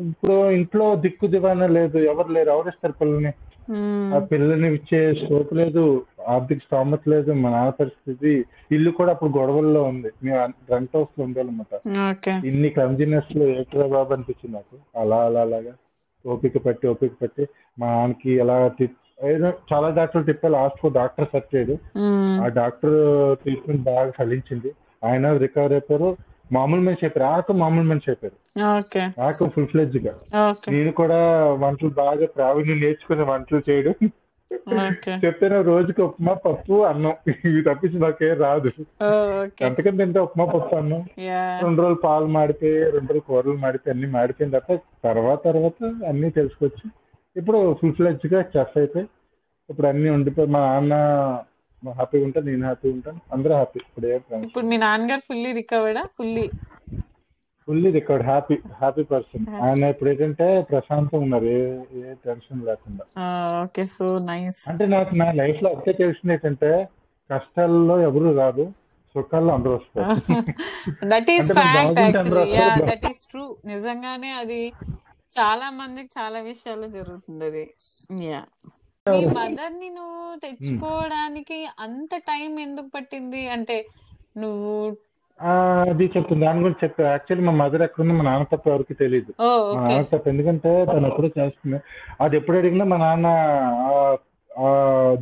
B: ఇప్పుడు ఇంట్లో దిక్కు దివాన లేదు ఎవరు లేరు ఎవరు ఇస్తారు పిల్లల్ని
A: Hmm.
B: ఆ పిల్లని ఇచ్చే స్కోప్ లేదు ఆర్థిక స్తోమత లేదు మా నాన్న పరిస్థితి ఇల్లు కూడా అప్పుడు గొడవల్లో ఉంది మేము రెంట్ హౌస్ లో ఉండాలన్నమాట
A: ఓకే
B: ఇన్ని క్లమ్జినెస్ లో ఏట్రా బాబు అనిపించింది నాకు అలా అలా అలాగా ఓపిక పట్టి ఓపిక పట్టి మా నాన్నకి ఎలా టిప్ ఏదో చాలా డాక్టర్లు తిప్పారు లాస్ట్ లో డాక్టర్ సెట్ చేయడు
A: Hmm.
B: ఆ డాక్టర్ ట్రీట్మెంట్ బాగా ఫలించింది ఆయన రికవర్ అయిపోయారు మామూలు మనిషి అయిపోయారు ఆకు మామూలు మనిషి అయిపోయారు
A: ఓకే
B: ఆకు ఫుల్ ఫ్లెజ్ గా
A: ఓకే
B: నేను కూడా వంటలు బాగా ప్రావీణ్యం నేర్చుకునే వంటలు చేయడం
A: ఓకే
B: చెప్పాను రోజుకి ఉప్మా పప్పు అన్నం ఇవి తప్పించి నాకే రాదు
A: ఓకే
B: ఎంతకంటే తింటే ఉప్మా పప్పు అన్నం
A: యా
B: రెండు రోజులు పాలు మాడిపోయి రెండు రోజులు కూరలు మాడిపోయి అన్ని మాడిపోయిన తర్వాత తర్వాత తర్వాత అన్ని తెలుసుకోవచ్చు ఇప్పుడు ఫుల్ ఫ్లెజ్ గా చెఫ్ అయిపోయి ఇప్పుడు అన్ని ఉండిపోయి మా నాన్న హ్యాపీగా ఉంటాను నేను హ్యాపీగా ఉంటాను అందరూ హ్యాపీ ఇప్పుడు ఏ
A: ఇప్పుడు మీ నాన్నగారు ఫుల్లీ రికవర్డా fully
B: fully record happy happy person ఆయన ఇప్పుడు ఏంటంటే ప్రశాంతంగా ఉన్నారు ఏ ఏ టెన్షన్ లేకుండా
A: ఓకే సో నైస్
B: అంటే నాకు నా లైఫ్ లో ఒకటే తెలిసింది ఏంటంటే కష్టాల్లో ఎవరు రాదు సుఖాల్లో అందరూ వస్తారు
A: దట్ ఈస్
B: అంటే
A: ఫ్యాక్ట్
B: మనం బాగుంటే అందరూ
A: యాక్చువల్లీ
B: వస్తారు
A: యా
B: కదా.
A: దట్ ఈస్ ట్రూ నిజంగానే అది చాలా మందికి చాలా విషయాల్లో జరుగుతుంది అది యా మీ మదర్ ని నువ్వు తెచ్చుకోవడానికి అంత టైం ఎందుకు పట్టింది అంటే నువ్వు
B: ఆ, అది చెప్తుంది దాని గురించి చెప్పా యాక్చువల్లీ మా మదర్ ఎక్కడుందో మా నాన్న తప్ప ఎవరికి తెలియదు
A: ఓ
B: మా
A: ఓకే
B: నాన్న తప్ప ఎందుకంటే తను ఎప్పుడూ చేస్తుంది అది ఎప్పుడు అడిగినా మా నాన్న ఆ- ఆ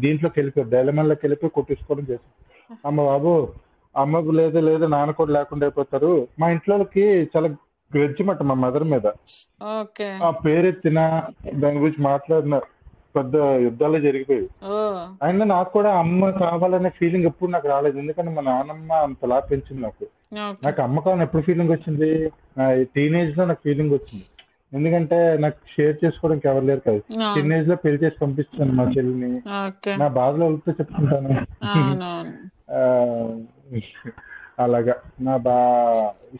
B: దీంట్లోకి వెళ్ళిపోయి డైలమల్లోకి వెళ్ళిపోయి కొట్టించుకోవడం చేస్తాం అమ్మ బాబు అమ్మ లేదు లేదు నాన్న కూడా లేకుండా అయిపోతారు మా ఇంట్లోకి చాలా గ్రెజ్జమాట మా మదర్ మీద
A: ఓకే
B: ఆ పేరెత్తిన దాని గురించి మాట్లాడిన పెద్ద యుద్ధాలు జరిగిపోయాయి
A: ఓ
B: అయినా నాకు కూడా అమ్మ కావాలనే ఫీలింగ్ ఎప్పుడు నాకు రాలేదు ఎందుకంటే మా నాన్నమ్మ అంతలా పెంచింది నాకు
A: ఓకే
B: నాకు అమ్మ కావాలని ఎప్పుడు ఫీలింగ్ వచ్చింది నా టీనేజ్ లో నాకు ఫీలింగ్ వచ్చింది ఎందుకంటే నాకు షేర్ చేసుకోవడానికి ఎవరు లేరు కదా
A: ఆ,
B: చిన్న ఏజ్ లో పెళ్లి చేసి పంపిస్తాను మా చెల్లిని
A: ఓకే
B: నా బాధలు వాళ్ళతో చెప్పుకుంటాను
A: అవునవును
B: ఆ, అలాగా నా బా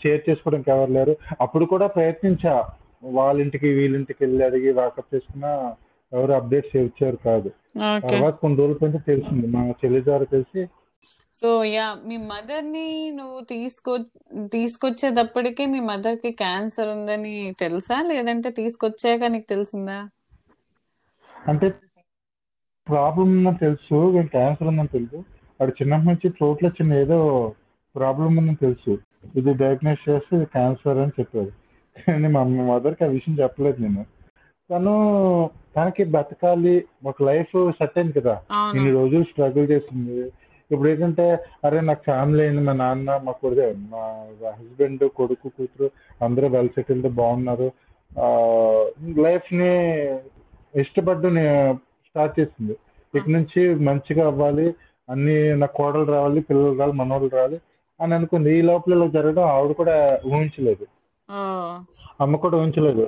B: షేర్ చేసుకోవడానికి ఎవరు లేరు అప్పుడు కూడా ప్రయత్నించా వాళ్ళ ఇంటికి వీళ్ళింటికి వెళ్ళి అడిగి వాకప్ చేసుకున్నా ఎవరు అప్డేట్స్ ఇచ్చారు కాదు
A: ఓకే
B: తర్వాత కొన్ని రోజుల కొంచెం తెలిసింది మా చెల్లి ద్వారా తెలిసి
A: సో యా మీ మదర్ ని నువ్వు తీసుకో తీసుకొచ్చేటప్పటికే మీ మదర్ కి క్యాన్సర్ ఉందని తెలుసా లేదంటే తీసుకొచ్చాక నీకు తెలిసిందా
B: అంటే ప్రాబ్లం ఉందని తెలుసు వీళ్ళు క్యాన్సర్ ఉందని తెలుసు వాడు చిన్నప్పటి నుంచి చోట్ల చిన్న ఏదో ప్రాబ్లం ఉందని తెలుసు ఇది డయాగ్నోస్ చేస్తే ఇది క్యాన్సర్ అని చెప్పారు కానీ మా మదర్కి ఆ విషయం చెప్పలేదు నేను తను తనకి బతకాలి ఒక లైఫ్ సెట్ అయింది కదా
A: అవును
B: ఇన్ని రోజులు స్ట్రగుల్ చేసింది ఇప్పుడు ఏంటంటే అరే నాకు ఫ్యామిలీ అయింది మా నాన్న మా కొడుకు మా హస్బెండ్ కొడుకు కూతురు అందరూ వెల్ సెటిల్డ్ బాగున్నారు లైఫ్ ని ఇష్టపడ్డ స్టార్ట్ చేసింది ఇక నుంచి మంచిగా అవ్వాలి అన్ని నా కోడలు రావాలి పిల్లలు రావాలి మనోళ్ళు రావాలి అని అనుకుంది ఈ లోపల ఇలా జరగడం ఆవిడ కూడా ఊహించలేదు
A: ఓ
B: అమ్మ కూడా ఉంచలేదు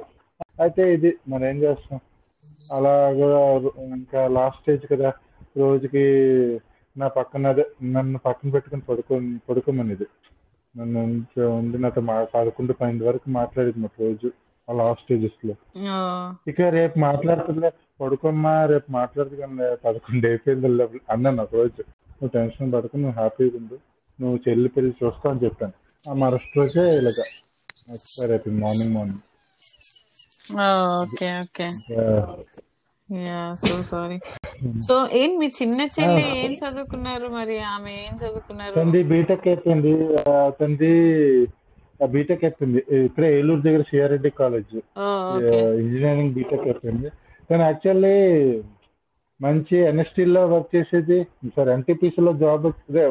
B: అయితే ఇది మరి ఏం చేస్తాం అలాగా ఇంకా లాస్ట్ స్టేజ్ కదా రోజుకి నా పక్కన అదే నన్ను పక్కన పెట్టుకుని పడుకో పడుకోమనేది నన్ను ఉంచ- ఉండి నాతో మా పదకొండు పన్నెండు వరకు మాట్లాడేది మాకు రోజు ఆ లాస్ట్ స్టేజెస్ లో
A: ఓ
B: ఇక రేపు మాట్లాడుతుందిలే పడుకోమ్మా రేపు మాట్లాడుతుంది కానీ పదకొండు అయిపోయింది లే- అన్నాను ఒక రోజు నువ్వు టెన్షన్ పడుకు నువ్వు హ్యాపీగా ఉండు నువ్వు చెల్లి పెళ్లి చూస్తావు అని చెప్పాను ఆ మరుసటి రోజే ఇలాగ ఎక్స్పైర్ అయిపోయింది మార్నింగ్ మార్నింగ్
A: ఓ, okay okay yeah so sorry so ఏం మీ చిన్న చెల్లి ఏం చదువుకున్నారు మరి ఆమె ఏం చదువుకున్నారు
B: తంది బీటెక్ అయిపోయింది ఆ, తంది బీటెక్ అయిపోయింది ఇక్కడే ఏలూరు దగ్గర సిఆర్రెడ్డి కాలేజ్
A: ఓ ఓకే
B: ఇంజనీరింగ్ బీటెక్ అయిపోయింది కానీ యాక్చువల్లీ మంచి NST లో వర్క్ చేసేది సారీ NTPC లో జాబ్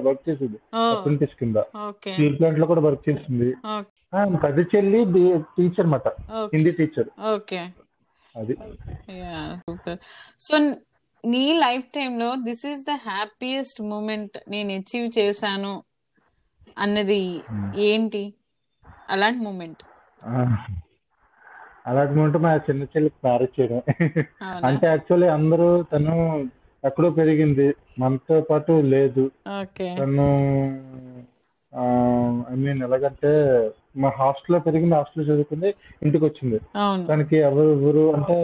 B: వర్క్ చేసేది
A: ఓ
B: అప్రెంటిస్ కింద
A: ఓకే
B: స్టీల్ ప్లాంట్ లో కూడా వర్క్ చేసింది
A: ఓకే
B: ఆ, పెద్ద చెల్లి టీచర్ అన్నమాట
A: ఓకే
B: హిందీ టీచర్
A: ఓకే
B: అది
A: యా సూపర్ సో నీ లైఫ్ టైంలో this is the happiest moment నేను అచీవ్ చేశాను అన్నది ఏంటి అలాంటి మూమెంట్
B: ఆ. అలాంటి moment మా చిన్న చెల్లికి మ్యారేజ్ చేయడం
A: అవునా
B: అంటే యాక్చువల్లీ అందరూ తను ఎక్కడో పెరిగింది మనతో పాటు లేదు
A: ఓకే
B: తను ఐ మీన్ ఎలాగంటే మా హాస్టల్లో పెరిగింది హాస్టల్ చదువుకుంది ఇంటికి వచ్చింది
A: అవును
B: తనకి ఎవరు ఊరు అంటే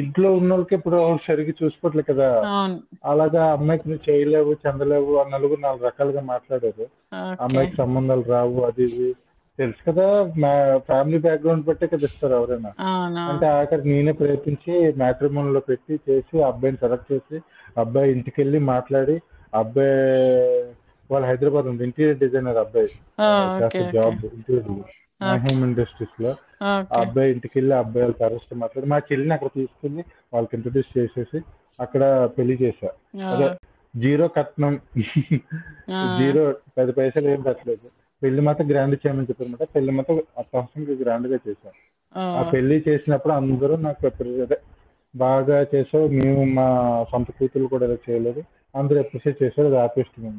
B: ఇంట్లో ఉన్న వాళ్ళకి ఇప్పుడు సరిగ్గా చూసుకోవట్లేదు కదా
A: అవును
B: అలాగా అమ్మాయికి నువ్వు చేయలేవు చెందలేవు ఆ నలుగురు నాలుగు రకాలుగా మాట్లాడారు
A: ఓకే
B: అమ్మాయికి సంబంధాలు రావు అది ఇది తెలుసు కదా మా ఫ్యామిలీ బ్యాక్గ్రౌండ్ బట్టే కదా ఇస్తారు ఎవరైనా
A: అవును
B: అంటే ఆఖరికి నేనే ప్రయత్నించి మ్యాట్రిమోన్ లో పెట్టి చేసి అబ్బాయిని సెలెక్ట్ చేసి అబ్బాయి ఇంటికి వెళ్ళి మాట్లాడి అబ్బాయి వాళ్ళ హైదరాబాద్ ఉంది ఇంటీరియర్ డిజైనర్ అబ్బాయి
A: Oh, okay
B: job interior home industries లో ఆ
A: ఓకే
B: అబ్బాయి ఇంటికి వెళ్ళి ఆ అబ్బాయి వాళ్ళ పేరెంట్స్ తో మాట్లాడి మా చెల్లిని అక్కడ తీసుకెళ్ళి వాళ్ళకి ఇంట్రడ్యూస్ చేసేసి అక్కడ పెళ్లి చేశా
A: Oh,
B: అదే జీరో కట్నం జీరో పది పైసలు ఏం పెట్టలేదు పెళ్లి మాత్రం గ్రాండ్ చేయమని చెప్పారు అనమాట పెళ్లి మాత్రం అత్యవసరంగా గ్రాండ్ గా చేశాం
A: oh,
B: ఆ పెళ్లి చేసినప్పుడు అందరూ నాకు appreciate- అదే బాగా చేసావు మేము మా సొంత కూతురు కూడా ఇలా చేయలేదు అందరూ అప్రిషియేట్ చేశారు అది ఆపేస్తున్నాం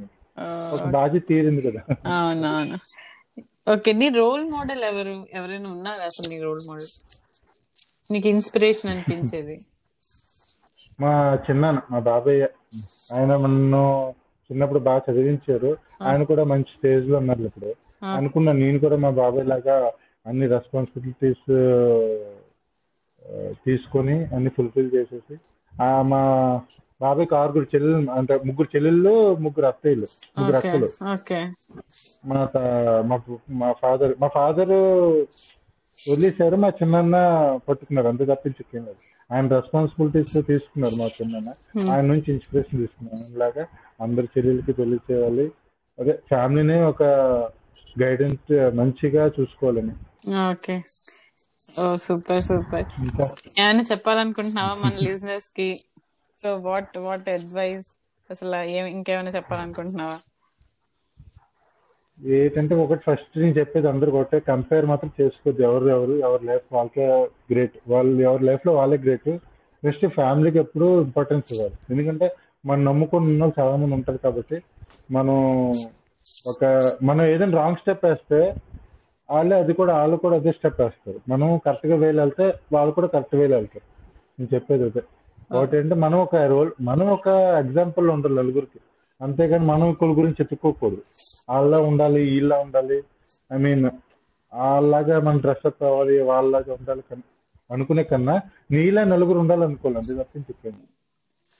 B: ఒక బాధ్యత తీరింది కదా
A: అవునవును ఓకే నీ రోల్ మోడల్ ఎవరు ఎవరైనా ఉన్నారు అసలు నీ రోల్ మోడల్ నీకు ఇన్స్పిరేషన్ అనిపించేది
B: మా చిన్నాన్న మా బాబయ్య ఆయన నన్ను చిన్నప్పుడు బాగా చదివించారు ఆయన కూడా మంచి స్టేజ్ లో ఉన్నారు ఇప్పుడు
A: ఆ.
B: అనుకున్నా నేను కూడా మా బాబాయ్ లాగా అన్ని రెస్పాన్సిబిలిటీస్ తీసుకొని అన్ని ఫుల్ఫిల్ చేసేసి ఆ మా బాబాయ్కి ఆరుగురు చెల్లెలు అంటే ముగ్గురు చెల్లెళ్ళు ముగ్గురు అత్తయ్యలు ముగ్గురు
A: ఓకే
B: అక్కలు
A: ఓకే
B: మా త- మా మా ఫాదర్ మా ఫాదర్ వదిలేశారు మా చిన్నాన్న పట్టుకున్నారు అంతే తప్పించుకున్నారు ఆయన రెస్పాన్సిబిలిటీస్ తీసుకున్నారు మా చిన్నాన్న ఆయన నుంచి ఇన్స్పిరేషన్ తీసుకున్నాను లాగా అందరి చెల్లెలకి పెళ్లి చేయాలి అదే ఫ్యామిలీని ఒక గైడెన్స్ మంచిగా చూసుకోవాలని
A: ఓకే ఓ సూపర్ సూపర్
B: ఇంకా
A: Oh, ఏమైనా చెప్పాలనుకుంటున్నావా మన లిజినెస్ కి సో వాట్ వాట్ అడ్వైస్ అసలు ఏం ఇంకేమైనా చెప్పాలనుకుంటున్నావా
B: ఏంటంటే ఒకటి ఫస్ట్ నేను చెప్పేది అందరు ఒకటే కంపేర్ మాత్రం చేసుకోవద్దు ఎవరు ఎవరు ఎవరి లైఫ్ వాళ్ళకే గ్రేట్ వాళ్ళు ఎవరి లైఫ్ లో వాళ్ళే గ్రేట్ నెక్స్ట్ ఫ్యామిలీకి ఎప్పుడు ఇంపార్టెన్స్ ఇవ్వాలి ఎందుకంటే మనం నమ్ముకుని ఉన్న వాళ్ళు చాలా మంది ఉంటారు కాబట్టి మనం ఒక మనం ఏదైనా రాంగ్ స్టెప్ వేస్తే వాళ్ళే అది కూడా వాళ్ళు కూడా అదే స్టెప్ వేస్తారు మనం కరెక్ట్ గా వేలు వెళ్తే వాళ్ళు కూడా కరెక్ట్ వేలు వెళ్తారు నేను చెప్పేది అదే ఒకటి అంటే మనం ఒక రోల్ మనం ఒక ఎగ్జాంపుల్ ఉండాలి నలుగురికి అంతేగాని మనం ఇంకోళ్ళ గురించి చెప్పుకోకూడదు వాళ్ళ ఉండాలి వీళ్ళ ఉండాలి ఐ మీన్ వాళ్ళలాగా మనం డ్రెస్అప్ అవ్వాలి వాళ్ళలాగా ఉండాలి కన్- అనుకునే కన్నా నీలా నలుగురు ఉండాలి అనుకోవాలి అంతే తప్ప నేను చెప్పాను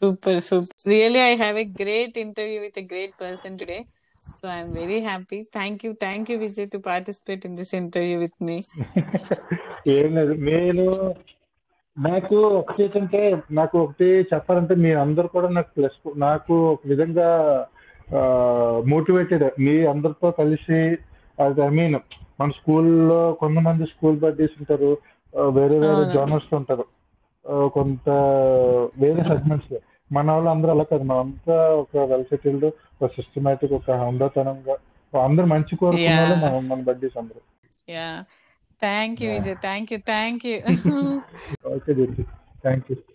A: Super, super. Really, I have a great interview with a great person today. So I'm very happy. Thank you, thank you, Vijay, to participate in this interview with me.
B: ఏం లేదు నేను నాకు ఒకటి ఏంటంటే నాకు ఒకటి చెప్పాలంటే మీ అందరు కూడా నాకు ప్లస్ నాకు ఒక విధంగా మోటివేటెడ్ మీ అందరితో కలిసి ఐ మీన్ మన స్కూల్లో కొంతమంది స్కూల్ బడ్డీస్ ఉంటారు ఆ, వేరే వేరే
A: అవును.
B: జోనర్స్ ఉంటారు ఆ, కొంత వేరే సెగ్మెంట్స్ మన వాళ్ళు అందరూ అలా కాదు మనంతా ఒక వెల్ సెటిల్డ్ ఒక సిస్టమేటిక్ ఒక హందతనంగా అందరు మంచి కోరుకునే వాళ్ళు
A: Yeah.
B: మన మన బడ్డీస్ అందరూ
A: Yeah. Thank you,
B: Yeah.
A: Vijay. Thank you, thank you.
B: Okay, Jyoti. Thank you.